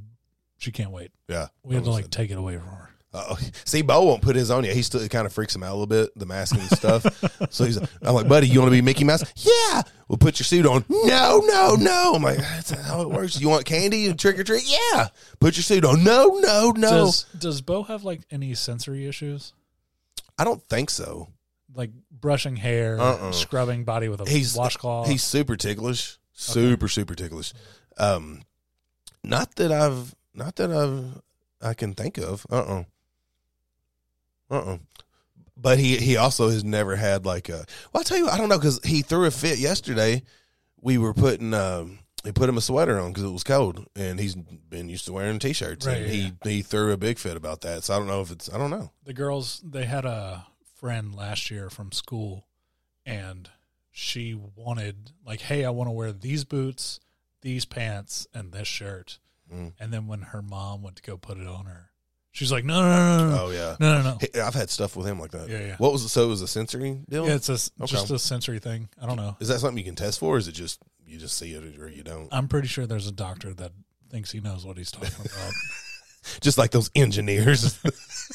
Speaker 1: she can't wait.
Speaker 2: Yeah.
Speaker 1: We have to
Speaker 2: Almost
Speaker 1: like
Speaker 2: said-
Speaker 1: take it away from her.
Speaker 2: Uh-oh. See, Bo won't put his on yet. He still it kind of freaks him out a little bit, the mask
Speaker 1: *laughs*
Speaker 2: and stuff. so he's, I'm like, buddy, you want to be Mickey Mouse? Yeah. We'll put your suit on. No, no, no. I'm like, that's not how it works. You want candy and trick or treat? Yeah. Put your suit on. No, no, no.
Speaker 1: Does Does Bo have like any sensory issues?
Speaker 2: I don't think so.
Speaker 1: Like brushing hair,
Speaker 2: Uh-uh.
Speaker 1: scrubbing body with a
Speaker 2: He's uh,
Speaker 1: washcloth.
Speaker 2: He's super ticklish. Super super ticklish. Um, not that I've not that I've I can think of. Uh uh-uh. uh. But he he also has never had like a. Well, I'll tell you, what, I don't know because he threw a fit yesterday. We were putting um, we put him a sweater on because it was cold, and he's been used to wearing t-shirts.
Speaker 1: Right,
Speaker 2: and he he threw a big fit about that. So I don't know if it's I don't know.
Speaker 1: the girls they had a friend last year from school and she wanted like hey i want to wear these boots these pants and this shirt
Speaker 2: Mm.
Speaker 1: and then when her mom went to go put it on her she's like no no no no no
Speaker 2: Oh yeah,
Speaker 1: no, no, no.
Speaker 2: He- I've had stuff with him like that.
Speaker 1: Yeah, yeah.
Speaker 2: What was it? So it was a sensory deal.
Speaker 1: Yeah, it's a,
Speaker 2: Okay.
Speaker 1: just a sensory thing i don't know
Speaker 2: Is that something you can test for? Or is it just you just see it or you don't?
Speaker 1: i'm pretty sure there's a doctor that thinks he knows what he's talking
Speaker 2: *laughs*
Speaker 1: about
Speaker 2: Just like those engineers.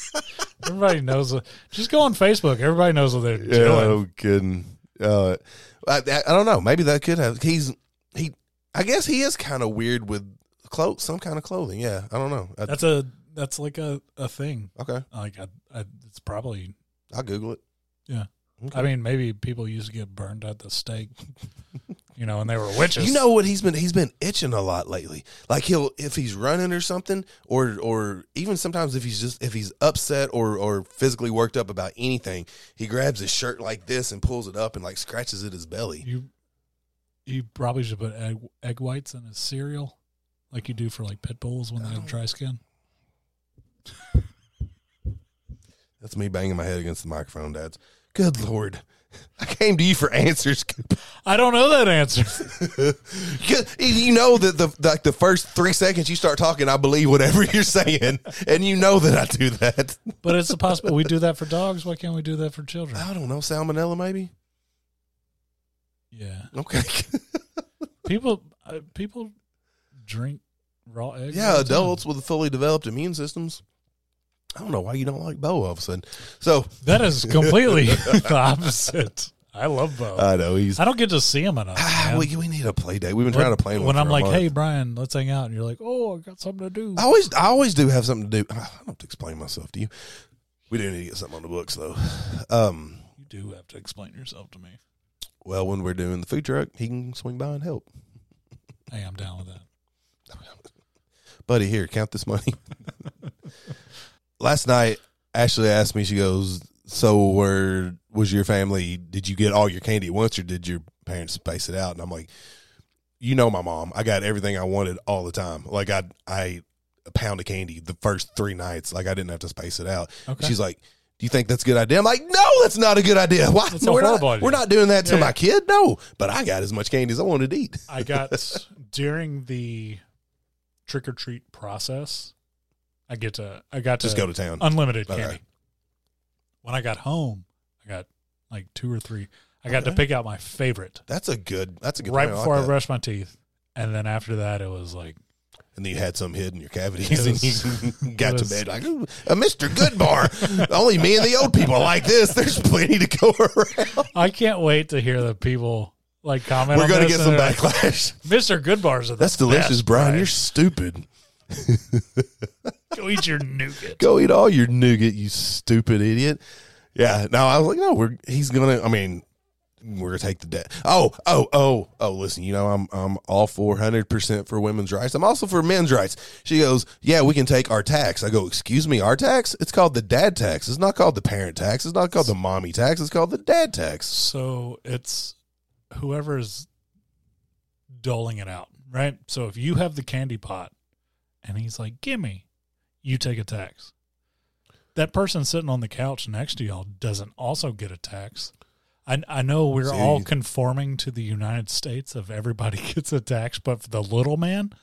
Speaker 2: *laughs*
Speaker 1: everybody knows what, just go on facebook everybody knows what they're doing
Speaker 2: oh, kidding. Uh, I, I, I don't know. Maybe that could have. He's he. I guess he is kind of weird with clothes, some kind of clothing. Yeah, I don't know. I-
Speaker 1: that's a that's like a, a thing
Speaker 2: okay,
Speaker 1: like I, I, it's probably
Speaker 2: I'll Google it.
Speaker 1: I mean, maybe people used to get burned at the stake, *laughs* you know, and they were witches.
Speaker 2: you know what he's been he's been itching a lot lately. Like he'll if he's running or something, or or even sometimes if he's just if he's upset or or physically worked up about anything, he grabs his shirt like this and pulls it up and like scratches at his belly.
Speaker 1: you you probably should put egg, egg whites in a cereal, like you do for like pit bulls when they have dry skin.
Speaker 2: That's me banging my head against the microphone, Dads. Good lord. *laughs* I came to you for answers. *laughs*
Speaker 1: I don't know that answer. *laughs*
Speaker 2: You- you know that the like the first three seconds you start talking, I believe whatever *laughs* you're saying, and you know that I do that.
Speaker 1: but it's a possible we do that for dogs. Why can't we do that for children?
Speaker 2: I don't know salmonella, maybe.
Speaker 1: Yeah,
Speaker 2: Okay,
Speaker 1: people uh, people drink raw eggs. all
Speaker 2: *laughs* yeah,
Speaker 1: the time.
Speaker 2: adults with fully developed immune systems. I don't know why you don't like Bo all of a sudden. So
Speaker 1: That is completely *laughs* the opposite. I love both.
Speaker 2: I know he's.
Speaker 1: I don't get to see them enough.
Speaker 2: Ah,
Speaker 1: man.
Speaker 2: *sighs* we, we need a play date. We've been trying to play one
Speaker 1: when
Speaker 2: for
Speaker 1: I'm
Speaker 2: a
Speaker 1: like,
Speaker 2: month.
Speaker 1: "Hey, Brian, let's hang out," and you're like, "Oh, I got something to do."
Speaker 2: I always, I always do have something to do. I don't have to explain myself to you. We do need to get something on the books though. Um,
Speaker 1: You do have to explain yourself to me.
Speaker 2: well, when we're doing the food truck, he can swing by and help,
Speaker 1: Hey, I'm down with that.
Speaker 2: buddy. Here, count this money. Last night, Ashley asked me. She goes, "So, where was your family? Did you get all your candy at once, or did your parents space it out?" And I'm like, "You know, my mom. I got everything I wanted all the time. Like I, I ate a pound of candy the first three nights. Like I didn't have to space it out."
Speaker 1: Okay.
Speaker 2: She's like, "Do you think that's a good idea?" I'm like, "No, that's not a good idea. *laughs* Why?
Speaker 1: That's a
Speaker 2: we're not,
Speaker 1: horrible idea.
Speaker 2: we're not doing that to
Speaker 1: Yeah.
Speaker 2: my kid. No, but I got as much candy as I wanted to eat. *laughs*
Speaker 1: I got during the trick or treat process. I get to I got to
Speaker 2: Just go to town.
Speaker 1: unlimited
Speaker 2: Okay.
Speaker 1: candy. When I got home, I got like two or three. I got to
Speaker 2: Okay.
Speaker 1: pick out my favorite
Speaker 2: that's a good. That's a good.
Speaker 1: right
Speaker 2: plan.
Speaker 1: before I,
Speaker 2: like that.
Speaker 1: brushed my teeth, and then after that, it was like
Speaker 2: and then you had some hid in your
Speaker 1: It
Speaker 2: cavities,
Speaker 1: was-
Speaker 2: and
Speaker 1: *laughs*
Speaker 2: you got
Speaker 1: it
Speaker 2: to
Speaker 1: was-
Speaker 2: bed like "Ooh, a Mister Goodbar. *laughs* Only me and the old people like this. There's plenty to go *laughs* around.
Speaker 1: I can't wait to hear the people like comment.
Speaker 2: We're
Speaker 1: on
Speaker 2: gonna
Speaker 1: this
Speaker 2: get
Speaker 1: and
Speaker 2: some
Speaker 1: they're like,
Speaker 2: backlash.
Speaker 1: Mr. Goodbars are the
Speaker 2: That's delicious,
Speaker 1: best,
Speaker 2: Brian. You're stupid.
Speaker 1: Go eat your nougat.
Speaker 2: Go eat all your nougat, you stupid idiot. Yeah. No, I was like, no, we're he's gonna. I mean, we're gonna take the debt. Oh, oh, oh, oh. Listen, you know, I'm I'm all four hundred percent for women's rights. I'm also for men's rights. She goes, yeah, we can take our tax. I go, excuse me, our tax? It's called the dad tax. It's not called the parent tax. It's not called the mommy tax. It's called the dad tax.
Speaker 1: So it's whoever is doling it out, right? So if you have the candy pot and he's like, gimme, you take a tax. That person sitting on the couch next to y'all doesn't also get a tax. I, I know we're
Speaker 2: See,
Speaker 1: all
Speaker 2: you-
Speaker 1: conforming to the United States of everybody *laughs* gets a tax, but for the little man,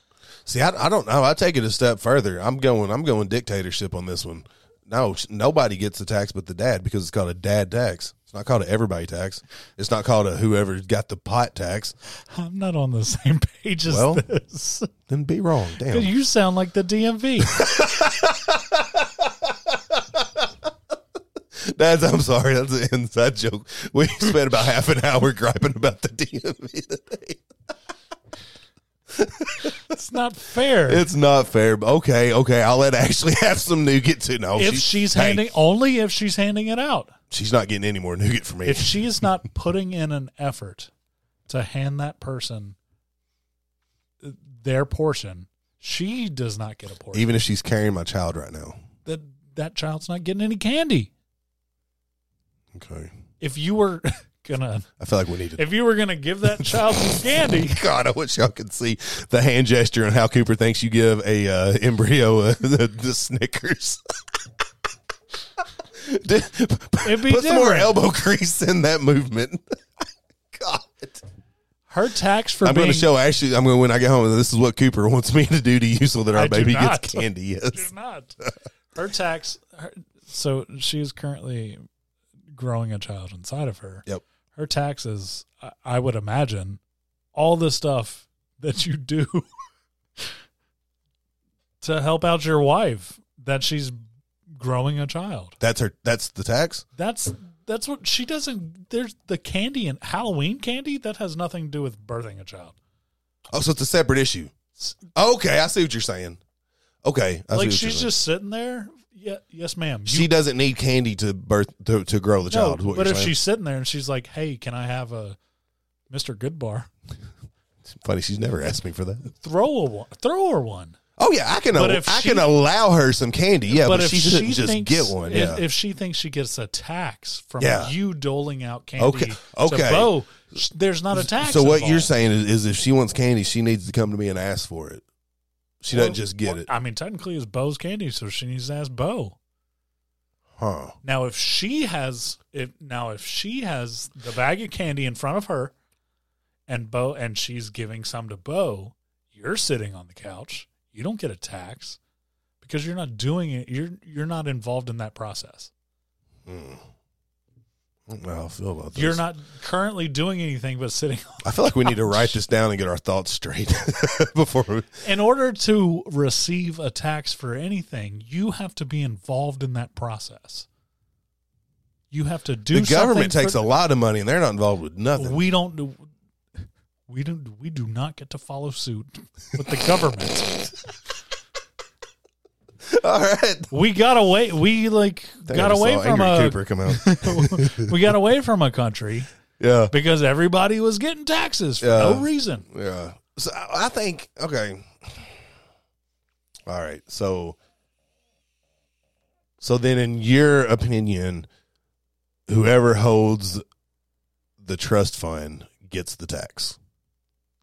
Speaker 2: See, I, I don't know. I take it a step further. I'm going. I'm going dictatorship on this one. No, sh- nobody gets a tax but the dad because it's called a dad tax. It's not called a everybody tax. It's not called a whoever's got the pot tax.
Speaker 1: I'm not on the same page as
Speaker 2: Well,
Speaker 1: this.
Speaker 2: Then be wrong. Damn.
Speaker 1: You sound like the DMV.
Speaker 2: Dads, I'm sorry. *laughs* That's an inside joke. We *laughs* spent about half an hour griping about the DMV today.
Speaker 1: it's not fair.
Speaker 2: It's not fair. but Okay, okay. I'll let Ashley have some nougat too. No,
Speaker 1: if
Speaker 2: she-
Speaker 1: she's
Speaker 2: hey,
Speaker 1: handing only if she's handing it out.
Speaker 2: she's not getting any more nougat from me.
Speaker 1: If she is not putting in an effort to hand that person their portion, She does not get a portion.
Speaker 2: Even if she's carrying my child right now.
Speaker 1: that that child's not getting any candy.
Speaker 2: Okay.
Speaker 1: If you were *laughs* gonna
Speaker 2: I feel like we need to.
Speaker 1: if you were gonna give that child some
Speaker 2: *laughs*
Speaker 1: candy,
Speaker 2: God, I wish y'all could see the hand gesture and how Cooper thinks you give a uh, embryo *laughs* uh, the, the Snickers. *laughs* Dude,
Speaker 1: It'd be
Speaker 2: Put some more
Speaker 1: different.
Speaker 2: elbow crease in that movement. *laughs* God,
Speaker 1: her tax for
Speaker 2: I'm
Speaker 1: being
Speaker 2: going to show Ashley. I'm going to when I get home. This is what Cooper wants me to do to you, so that our
Speaker 1: I do
Speaker 2: baby gets
Speaker 1: not. *laughs*
Speaker 2: candy. Yes.
Speaker 1: She's not. Her tax. Her, so she's currently growing a child inside of her.
Speaker 2: Yep.
Speaker 1: Her taxes. I, I would imagine all the stuff that you do *laughs* to help out your wife that she's growing a child.
Speaker 2: That's her. That's the tax.
Speaker 1: That's that's what she doesn't. There's the candy and Halloween candy that has nothing to do with birthing a child.
Speaker 2: Oh, so it's a separate issue. Okay, I see what you're saying. Okay, I see
Speaker 1: like
Speaker 2: what you're
Speaker 1: she's
Speaker 2: saying.
Speaker 1: just sitting there. Yeah, yes, ma'am. You
Speaker 2: she doesn't need candy to birth to, to grow the child. is what
Speaker 1: but
Speaker 2: you're
Speaker 1: if
Speaker 2: saying.
Speaker 1: she's sitting there and she's like, "Hey, can I have a Mr. Goodbar?
Speaker 2: funny, she's never asked me for that.
Speaker 1: Throw a one, throw her one."
Speaker 2: Oh yeah, I can.
Speaker 1: But if
Speaker 2: I
Speaker 1: she-
Speaker 2: can allow her some candy. Yeah, but, she shouldn't just
Speaker 1: thinks-
Speaker 2: get one.
Speaker 1: if-
Speaker 2: Yeah.
Speaker 1: If, she thinks she gets a tax from
Speaker 2: Yeah.
Speaker 1: you doling out candy,
Speaker 2: Okay, okay.
Speaker 1: to Bo, sh- there's not a tax.
Speaker 2: so what you're
Speaker 1: involved.
Speaker 2: saying is, is, if she wants candy, she needs to come to me and ask for it. She doesn't
Speaker 1: Well,
Speaker 2: just get
Speaker 1: well,
Speaker 2: it,
Speaker 1: I mean, technically, it's Bo's candy, so she needs to ask Bo.
Speaker 2: huh?
Speaker 1: Now, if she has if now if she has the bag of candy in front of her, and Bo and she's giving some to Bo, you're sitting on the couch. You don't get a tax because you're not doing it. You're you're not involved in that process.
Speaker 2: I don't know how I feel about this.
Speaker 1: You're not currently doing anything but sitting.
Speaker 2: I feel like we need
Speaker 1: *laughs*
Speaker 2: to write this down and get our thoughts straight *laughs* before. We,
Speaker 1: In order to receive a tax for anything, you have to be involved in that process. You have to do.
Speaker 2: the government
Speaker 1: something
Speaker 2: takes
Speaker 1: for-
Speaker 2: a lot of money and they're not involved with nothing.
Speaker 1: we don't do we don't we do not get to follow suit with the
Speaker 2: *laughs*
Speaker 1: government
Speaker 2: All right,
Speaker 1: we got away we like
Speaker 2: Damn,
Speaker 1: got
Speaker 2: I saw
Speaker 1: away from
Speaker 2: Angry
Speaker 1: a
Speaker 2: Cooper come out.
Speaker 1: *laughs*
Speaker 2: *laughs*
Speaker 1: we got away from a country
Speaker 2: yeah,
Speaker 1: because everybody was getting taxes for no
Speaker 2: Yeah.
Speaker 1: reason
Speaker 2: Yeah. So I I think okay. All right. So so then in your opinion whoever holds the trust fund gets the tax.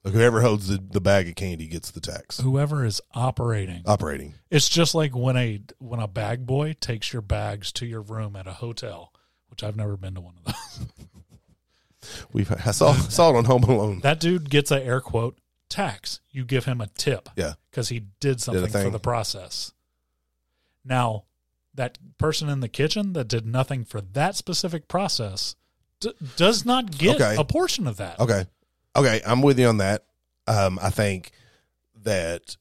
Speaker 2: Like whoever holds the, the bag of candy gets the tax.
Speaker 1: whoever is operating
Speaker 2: Operating.
Speaker 1: it's just like when a when a bag boy takes your bags to your room at a hotel which i've never been to one of those *laughs*
Speaker 2: We've I saw saw it on Home Alone.
Speaker 1: that dude gets a air quote tax you give him a tip
Speaker 2: Yeah.
Speaker 1: because he did something for
Speaker 2: thing.
Speaker 1: the process. Now, that person in the kitchen that did nothing for that specific process d- does not get
Speaker 2: Okay.
Speaker 1: a portion of that.
Speaker 2: Okay. Okay, I'm with you on that. Um, I think that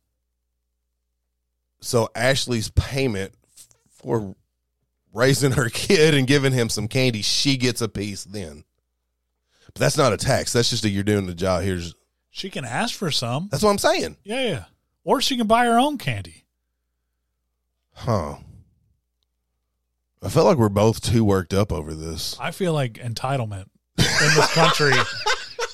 Speaker 2: so Ashley's payment f- for raising her *laughs* kid and giving him some candy, she gets a piece then. But that's not a tax. That's just that you're doing the job. Here's
Speaker 1: She can ask for some.
Speaker 2: that's what I'm saying.
Speaker 1: Yeah, yeah. Or she can buy her own candy.
Speaker 2: Huh. I feel like we're both too worked up over this.
Speaker 1: I feel like entitlement in this
Speaker 2: *laughs*
Speaker 1: country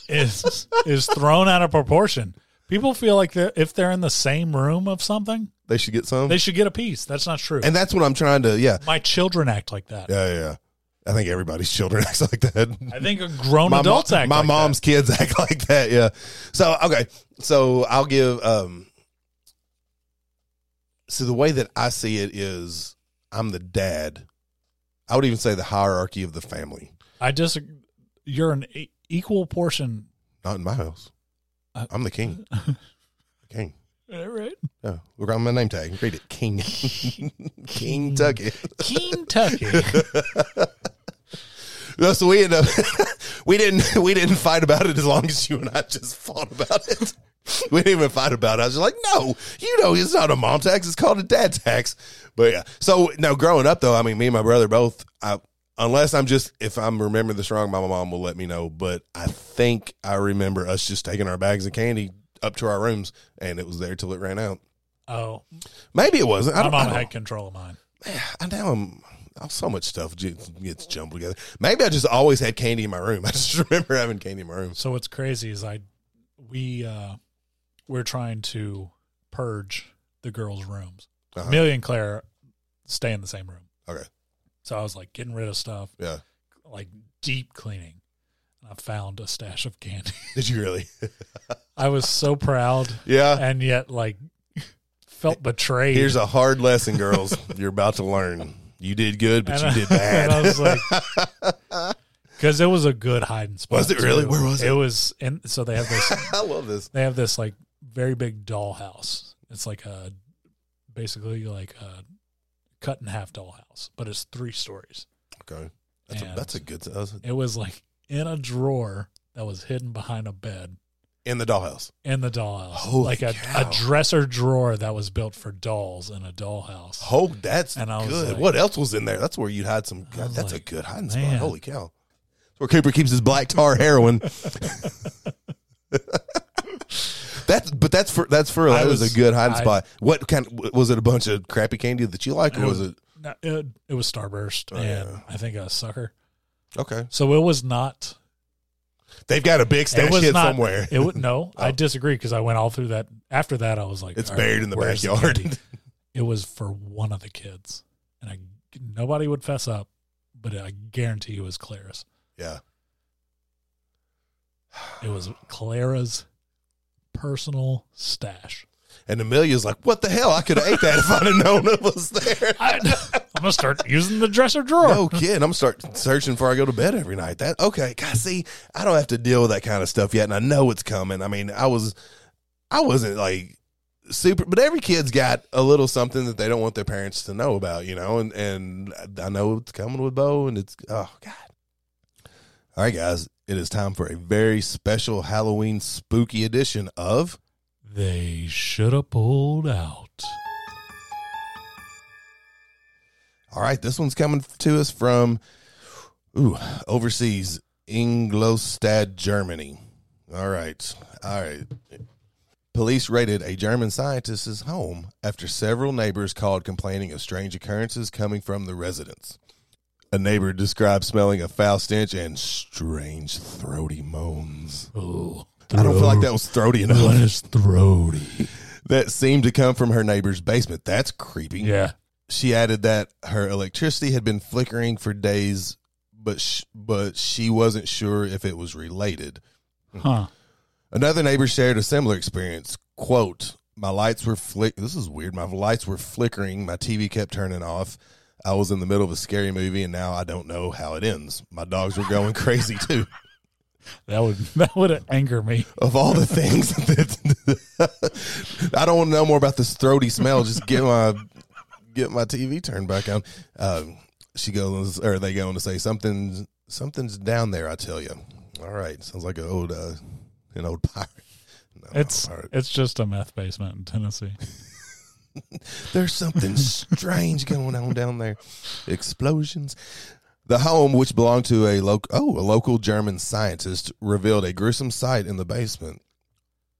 Speaker 1: is is thrown out of proportion. People feel like they're, if they're in the same room of something,
Speaker 2: They should get some.
Speaker 1: they should get a piece. That's not true.
Speaker 2: and that's what I'm trying to yeah.
Speaker 1: My children act like that.
Speaker 2: Yeah, yeah, yeah. I think everybody's *laughs* children acts like that.
Speaker 1: I think a grown
Speaker 2: my
Speaker 1: adults
Speaker 2: mom-
Speaker 1: act
Speaker 2: my
Speaker 1: like that.
Speaker 2: mom's kids *laughs* act like that yeah so okay so i'll give um so the way that i see it is i'm the dad i would even say the hierarchy of the family
Speaker 1: I disagree. You're an e- equal portion.
Speaker 2: not in my house
Speaker 1: Uh,
Speaker 2: i'm
Speaker 1: *laughs*
Speaker 2: the king king
Speaker 1: eh, Right?
Speaker 2: yeah look on my name tag read it
Speaker 1: *laughs*
Speaker 2: king king tucky
Speaker 1: Kentucky.
Speaker 2: *laughs* No, so we end up *laughs* we didn't we didn't fight about it as long as you and I just fought about it. *laughs* We didn't even fight about it. I was just like, no, you know, it's not a mom tax; it's called a dad tax. But yeah, so now growing up though, I mean, me and my brother both. I, unless I'm just if I'm remembering this wrong, my mom will let me know. But I think I remember us just taking our bags of candy up to our rooms, and it was there till it ran out.
Speaker 1: oh,
Speaker 2: Maybe it wasn't. I
Speaker 1: my
Speaker 2: don't, I
Speaker 1: mom
Speaker 2: don't-
Speaker 1: had control of mine.
Speaker 2: I now I'm oh, so much stuff ju- gets jumbled together. Maybe I just always had candy in my room. *laughs* I just remember having candy in my room.
Speaker 1: So what's crazy is I, we, uh, we're trying to purge the girls' rooms.
Speaker 2: Uh-huh.
Speaker 1: Amelia and Claire stay in the same room.
Speaker 2: Okay.
Speaker 1: So I was like getting rid of stuff,
Speaker 2: Yeah.
Speaker 1: like deep cleaning. And I found a stash of candy. *laughs*
Speaker 2: Did you really? *laughs*
Speaker 1: I was so proud
Speaker 2: yeah.
Speaker 1: and yet like felt betrayed.
Speaker 2: Here's a hard lesson, girls. *laughs* You're about to learn. You did good, but
Speaker 1: *laughs* And
Speaker 2: you did
Speaker 1: I-
Speaker 2: bad.
Speaker 1: and I was like,
Speaker 2: *laughs*
Speaker 1: because it was a good hiding spot.
Speaker 2: Was it really?
Speaker 1: too.
Speaker 2: Where was it?
Speaker 1: It was, and so they have this *laughs*
Speaker 2: *laughs* I love this.
Speaker 1: they have this like very big dollhouse. It's like a basically like a cut in half dollhouse, but it's three stories.
Speaker 2: Okay. That's a,
Speaker 1: And-
Speaker 2: that's a good. that was-
Speaker 1: It was like in a drawer that was hidden behind a bed
Speaker 2: In the dollhouse.
Speaker 1: in the dollhouse,
Speaker 2: Holy
Speaker 1: like a,
Speaker 2: cow.
Speaker 1: a dresser drawer that was built for dolls in a dollhouse.
Speaker 2: Oh, that's
Speaker 1: And I was
Speaker 2: good.
Speaker 1: like-
Speaker 2: what else was in there? That's where you'd hide some. God,
Speaker 1: was
Speaker 2: that's
Speaker 1: like,
Speaker 2: a good hiding spot.
Speaker 1: man.
Speaker 2: Holy cow. That's where Cooper keeps his black tar heroin. *laughs* that's but that's for that's for
Speaker 1: I
Speaker 2: that was,
Speaker 1: was-
Speaker 2: a good hiding
Speaker 1: I-
Speaker 2: spot. What kind was it? A bunch of crappy candy that you liked, or
Speaker 1: It
Speaker 2: was it
Speaker 1: No, it, it was Starburst
Speaker 2: Oh,
Speaker 1: and
Speaker 2: yeah.
Speaker 1: I think a sucker.
Speaker 2: okay?
Speaker 1: So it was not.
Speaker 2: They've got a big
Speaker 1: It
Speaker 2: stash
Speaker 1: was
Speaker 2: hit
Speaker 1: not.
Speaker 2: somewhere.
Speaker 1: It would
Speaker 2: *laughs*
Speaker 1: no.
Speaker 2: Oh.
Speaker 1: I disagree because I went all through that. After that, I was like,
Speaker 2: it's
Speaker 1: all right,
Speaker 2: buried in the
Speaker 1: where's
Speaker 2: backyard.
Speaker 1: candy? it was for one of the kids, and I nobody would fess up, but I guarantee it was Clara's.
Speaker 2: yeah,
Speaker 1: It was Clara's personal stash.
Speaker 2: and Amelia's like, "What the hell? I could have ate that if I'd have known it was there."
Speaker 1: *laughs* I, am gonna start using the dresser drawer.
Speaker 2: No kid, I'm gonna start searching before I go to bed every night. That okay, God, see, I don't have to deal with that kind of stuff yet, and I know it's coming. I mean, I was, I wasn't like super, but every kid's got a little something that they don't want their parents to know about, you know. And and I know it's coming with Bo, and it's oh God. All right, guys, it is time for a very special Halloween spooky edition of
Speaker 1: They should have pulled out.
Speaker 2: All right, this one's coming to us from ooh, overseas, Ingolstadt, Germany. All right. All right. Police raided a German scientist's home after several neighbors called complaining of strange occurrences coming from the residence. A neighbor described smelling a foul stench and strange throaty moans.
Speaker 1: Ooh,
Speaker 2: I don't feel like that was throaty
Speaker 1: That
Speaker 2: enough.
Speaker 1: is throaty.
Speaker 2: that seemed to come from her neighbor's basement. That's creepy.
Speaker 1: Yeah.
Speaker 2: She added that her electricity had been flickering for days, but sh- but she wasn't sure if it was related.
Speaker 1: Huh.
Speaker 2: Another neighbor shared a similar experience. "Quote: My lights were flick. This is weird. My lights were flickering. My TV kept turning off. I was in the middle of a scary movie, and now I don't know how it ends. My dogs were going *laughs* crazy too.
Speaker 1: That would *laughs* that would anger me.
Speaker 2: Of all the things *laughs* that I don't want to know more about this throaty smell. Just get my get my TV turned back on. Um, she goes, or they go on to say something. Something's down there. I tell you. All right, sounds like an old uh, an old pirate. No,
Speaker 1: It's
Speaker 2: pirate.
Speaker 1: it's just a meth basement in Tennessee.
Speaker 2: There's something strange going on down there. Explosions. The home, which belonged to a local oh a local German scientist, revealed a gruesome sight in the basement.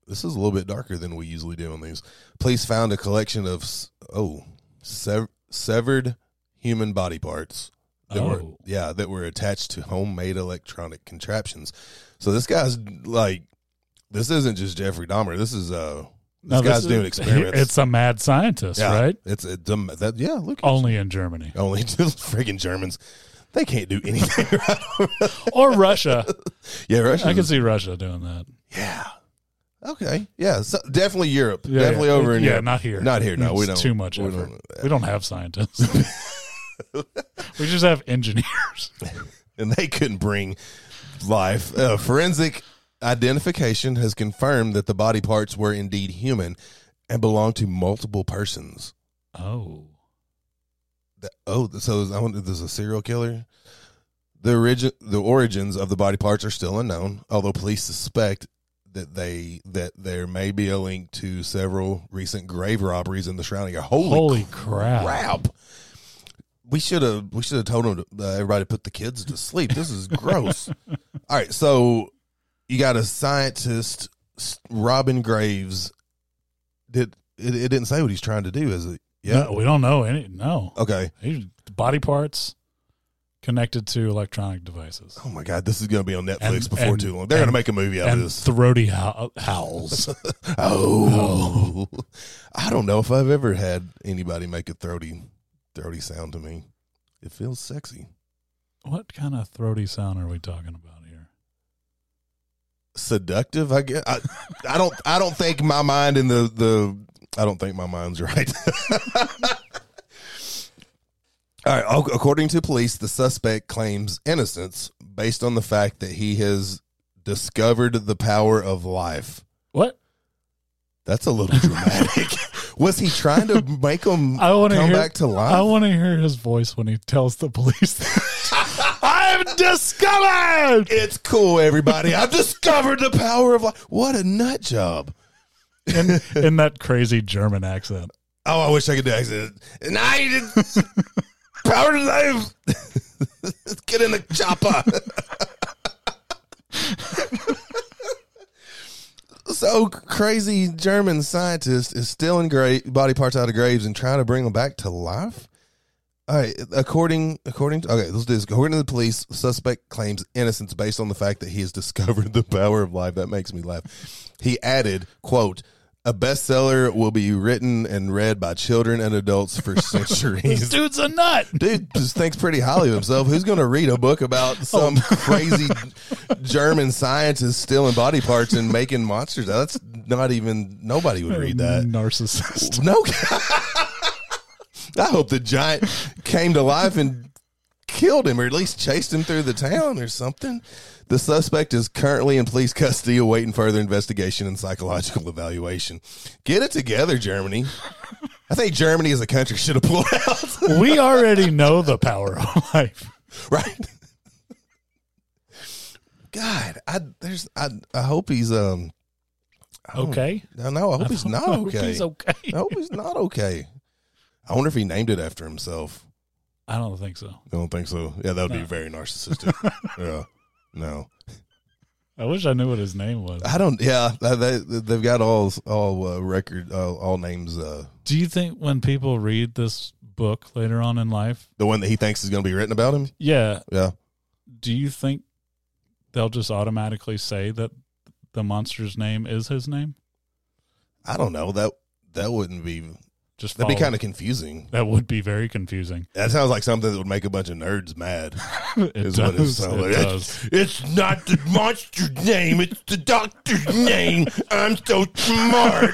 Speaker 2: This is a little bit darker than we usually do on these. Police found a collection of s- oh sev- severed human body parts. That were,
Speaker 1: Oh.
Speaker 2: yeah, that were attached to homemade electronic contraptions. So this guy's like, this isn't just Jeffrey Dahmer. This is uh, this
Speaker 1: Now,
Speaker 2: guy's
Speaker 1: is-
Speaker 2: doing experiments.
Speaker 1: *laughs* It's a mad scientist, right? Oh.
Speaker 2: It's a dumb. That, yeah, look.
Speaker 1: Only in Germany
Speaker 2: Only *laughs* those friggin' Germans. They can't do anything. *laughs* right.
Speaker 1: or Russia.
Speaker 2: yeah, Russia.
Speaker 1: I can see Russia doing that.
Speaker 2: yeah. Okay. Yeah. So definitely Europe.
Speaker 1: Yeah,
Speaker 2: definitely
Speaker 1: yeah.
Speaker 2: over in
Speaker 1: yeah,
Speaker 2: Europe.
Speaker 1: not here.
Speaker 2: Not here. No, we
Speaker 1: It's
Speaker 2: don't.
Speaker 1: Too much
Speaker 2: we
Speaker 1: effort.
Speaker 2: don't-
Speaker 1: we don't have scientists. *laughs* we just have engineers.
Speaker 2: and they couldn't bring life. Uh, forensic identification has confirmed that the body parts were indeed human and belonged to multiple persons.
Speaker 1: Oh,
Speaker 2: That- oh, so I wonder, there's a serial killer. The origin, the origins of the body parts are still unknown, although police suspect that they that there may be a link to several recent grave robberies in the surrounding area. Holy,
Speaker 1: holy crap!
Speaker 2: crap! We should have we should have told them to, uh, everybody put the kids to sleep. This
Speaker 1: *laughs*
Speaker 2: is gross. All right, so you got a scientist, S- Robin Graves. Did it, it didn't say what he's trying to do? Is it?
Speaker 1: No, we don't know any. No,
Speaker 2: Okay.
Speaker 1: He- body parts, connected to electronic devices.
Speaker 2: Oh my god, this is going to be on Netflix
Speaker 1: And-
Speaker 2: before
Speaker 1: and-
Speaker 2: too long. They're going
Speaker 1: and-
Speaker 2: to make a movie out of
Speaker 1: and
Speaker 2: this.
Speaker 1: throaty howl- howls.
Speaker 2: oh, *laughs* I don't know if I've ever had anybody make a throaty, throaty sound to me. It feels sexy.
Speaker 1: *laughs* what kind of throaty sound are we talking about here?
Speaker 2: seductive. I guess I, I don't. I don't think my mind in the the. I don't think my mind's *laughs* right. All right. ac- According to police, the suspect claims innocence based on the fact that he has discovered the power of life.
Speaker 1: What?
Speaker 2: That's a little
Speaker 1: *laughs*
Speaker 2: dramatic. Was he trying to make him
Speaker 1: I
Speaker 2: come
Speaker 1: want to hear.
Speaker 2: back to life?
Speaker 1: I want to hear his voice when he tells the police. that *laughs* I'm discovered.
Speaker 2: it's cool, everybody. I've discovered the power of life. What a nut job.
Speaker 1: In, in that crazy German accent.
Speaker 2: Oh, I wish I could do accident. And I did power to life. *laughs* Get in the chopper. *laughs* so crazy German scientist is stealing gra- body parts out of graves and trying to bring them back to life. All right, according according to okay, let's do this. According to the police, the suspect claims innocence based on the fact that he has *laughs* discovered the power of life. That makes me laugh. He added, "quote A bestseller will be written and read by children and adults *laughs* for
Speaker 1: This
Speaker 2: centuries."
Speaker 1: dude's a nut.
Speaker 2: Dude just thinks pretty highly of himself. Who's going to read a book about some crazy German scientist stealing body parts and making monsters? That's not even nobody would read that.
Speaker 1: Narcissist.
Speaker 2: No. *laughs* I hope the giant came to life and killed him or at least chased him through the town or something. The suspect is currently in police custody awaiting further investigation and psychological evaluation. Get it together, Germany. I think Germany as a country should *laughs* have pulled
Speaker 1: *laughs*
Speaker 2: out.
Speaker 1: we already know the power of life.
Speaker 2: *laughs* right? God, I there's I I hope he's um I don't-
Speaker 1: Oh. Okay.
Speaker 2: No, no, I hope
Speaker 1: *laughs*
Speaker 2: he's not
Speaker 1: I hope
Speaker 2: okay.
Speaker 1: He's okay.
Speaker 2: I hope he's not okay. I wonder if he named it after himself.
Speaker 1: I don't think so.
Speaker 2: I don't think so. Yeah, that would be
Speaker 1: No.
Speaker 2: very narcissistic. yeah. No,
Speaker 1: I wish I knew what his name was.
Speaker 2: I don't. Yeah, they, they- they've got all all uh, record all, all names. Uh,
Speaker 1: Do you think when people read this book later on in life,
Speaker 2: the one that he thinks is going to be written about him.
Speaker 1: yeah,
Speaker 2: Yeah,
Speaker 1: do you think they'll just automatically say that the monster's name is his name?
Speaker 2: I don't know that that wouldn't be
Speaker 1: Just
Speaker 2: that'd be
Speaker 1: follow-
Speaker 2: kind of confusing.
Speaker 1: that would be very confusing.
Speaker 2: That sounds like something that would make a bunch of nerds mad.
Speaker 1: *laughs* It
Speaker 2: Is what it
Speaker 1: does.
Speaker 2: sounds
Speaker 1: It
Speaker 2: like.
Speaker 1: does.
Speaker 2: It's not the monster's name, it's the doctor's name. I'm so smart.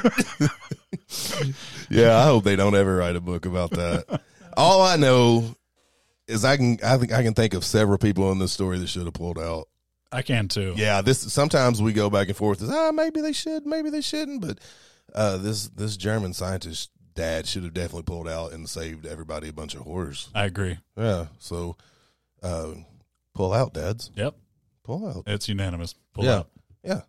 Speaker 2: *laughs* yeah, I hope they don't ever write a book about that. All I know is I can I think I can think of several people in this story that should have pulled out.
Speaker 1: *laughs* I can too.
Speaker 2: Yeah, this sometimes we go back and forth as ah maybe they should, maybe they shouldn't, but uh, this this German scientist dad should have definitely pulled out and saved everybody a bunch of horrors.
Speaker 1: I agree.
Speaker 2: Yeah, so uh, pull out, dads,
Speaker 1: Yep,
Speaker 2: pull out.
Speaker 1: it's unanimous. Pull
Speaker 2: yeah.
Speaker 1: out.
Speaker 2: Yeah.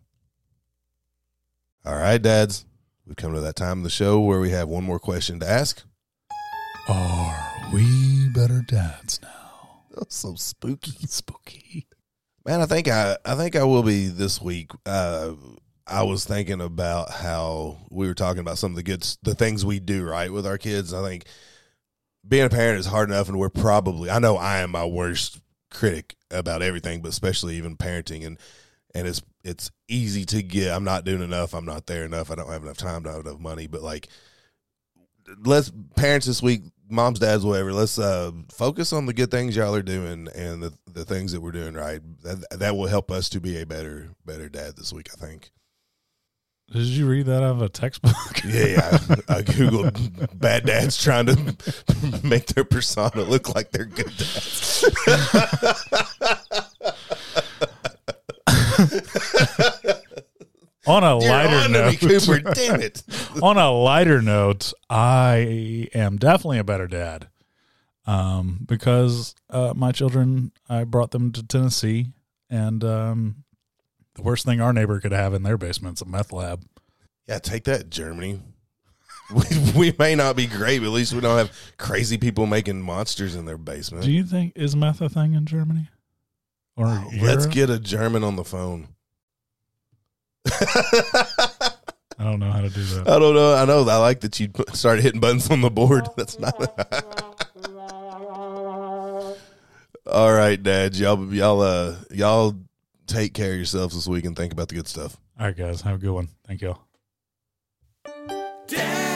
Speaker 2: All right, dads. We've come to that time of the show where we have one more question to ask.
Speaker 1: Are we better dads now?
Speaker 2: That's so spooky. *laughs*
Speaker 1: Spooky.
Speaker 2: Man, I think I I think I will be this week. Uh I was thinking about how we were talking about some of the good s- the things we do right with our kids. I think being a parent is hard enough and we're probably I know I am my worst critic about everything, but especially even parenting and and it's it's easy to get I'm not doing enough, I'm not there enough, I don't have enough time, I don't have enough money, but like let's parents this week, moms, dads, whatever. Let's uh, focus on the good things y'all are doing and the, the things that we're doing right. That that will help us to be a better better dad this week. I think.
Speaker 1: Did you read that out of a textbook? *laughs*
Speaker 2: Yeah, yeah. *laughs* I, I googled bad dads trying to *laughs* make their persona look like they're good dads.
Speaker 1: on a
Speaker 2: You're
Speaker 1: lighter
Speaker 2: on to me,
Speaker 1: note,
Speaker 2: Cooper. Damn it.
Speaker 1: *laughs* on a lighter note, I am definitely a better dad um, because uh, my children, I brought them to Tennessee, and um, the worst thing our neighbor could have in their basement's a meth lab.
Speaker 2: Yeah, take that, Germany. *laughs* We, we may not be great, but at least we don't have crazy people making monsters in their basement.
Speaker 1: Do you think is meth a thing in Germany? Or
Speaker 2: Let's
Speaker 1: Europe?
Speaker 2: get a German on the phone.
Speaker 1: I don't know how to do that.
Speaker 2: I don't know. I know. I like that you put- *laughs* started hitting buttons on the board. That's not. All right, Dad. Y'all, y'all, uh, y'all take care of yourselves this week and think about the good stuff.
Speaker 1: All right, guys. Have a good one. Thank y'all.
Speaker 3: Dad.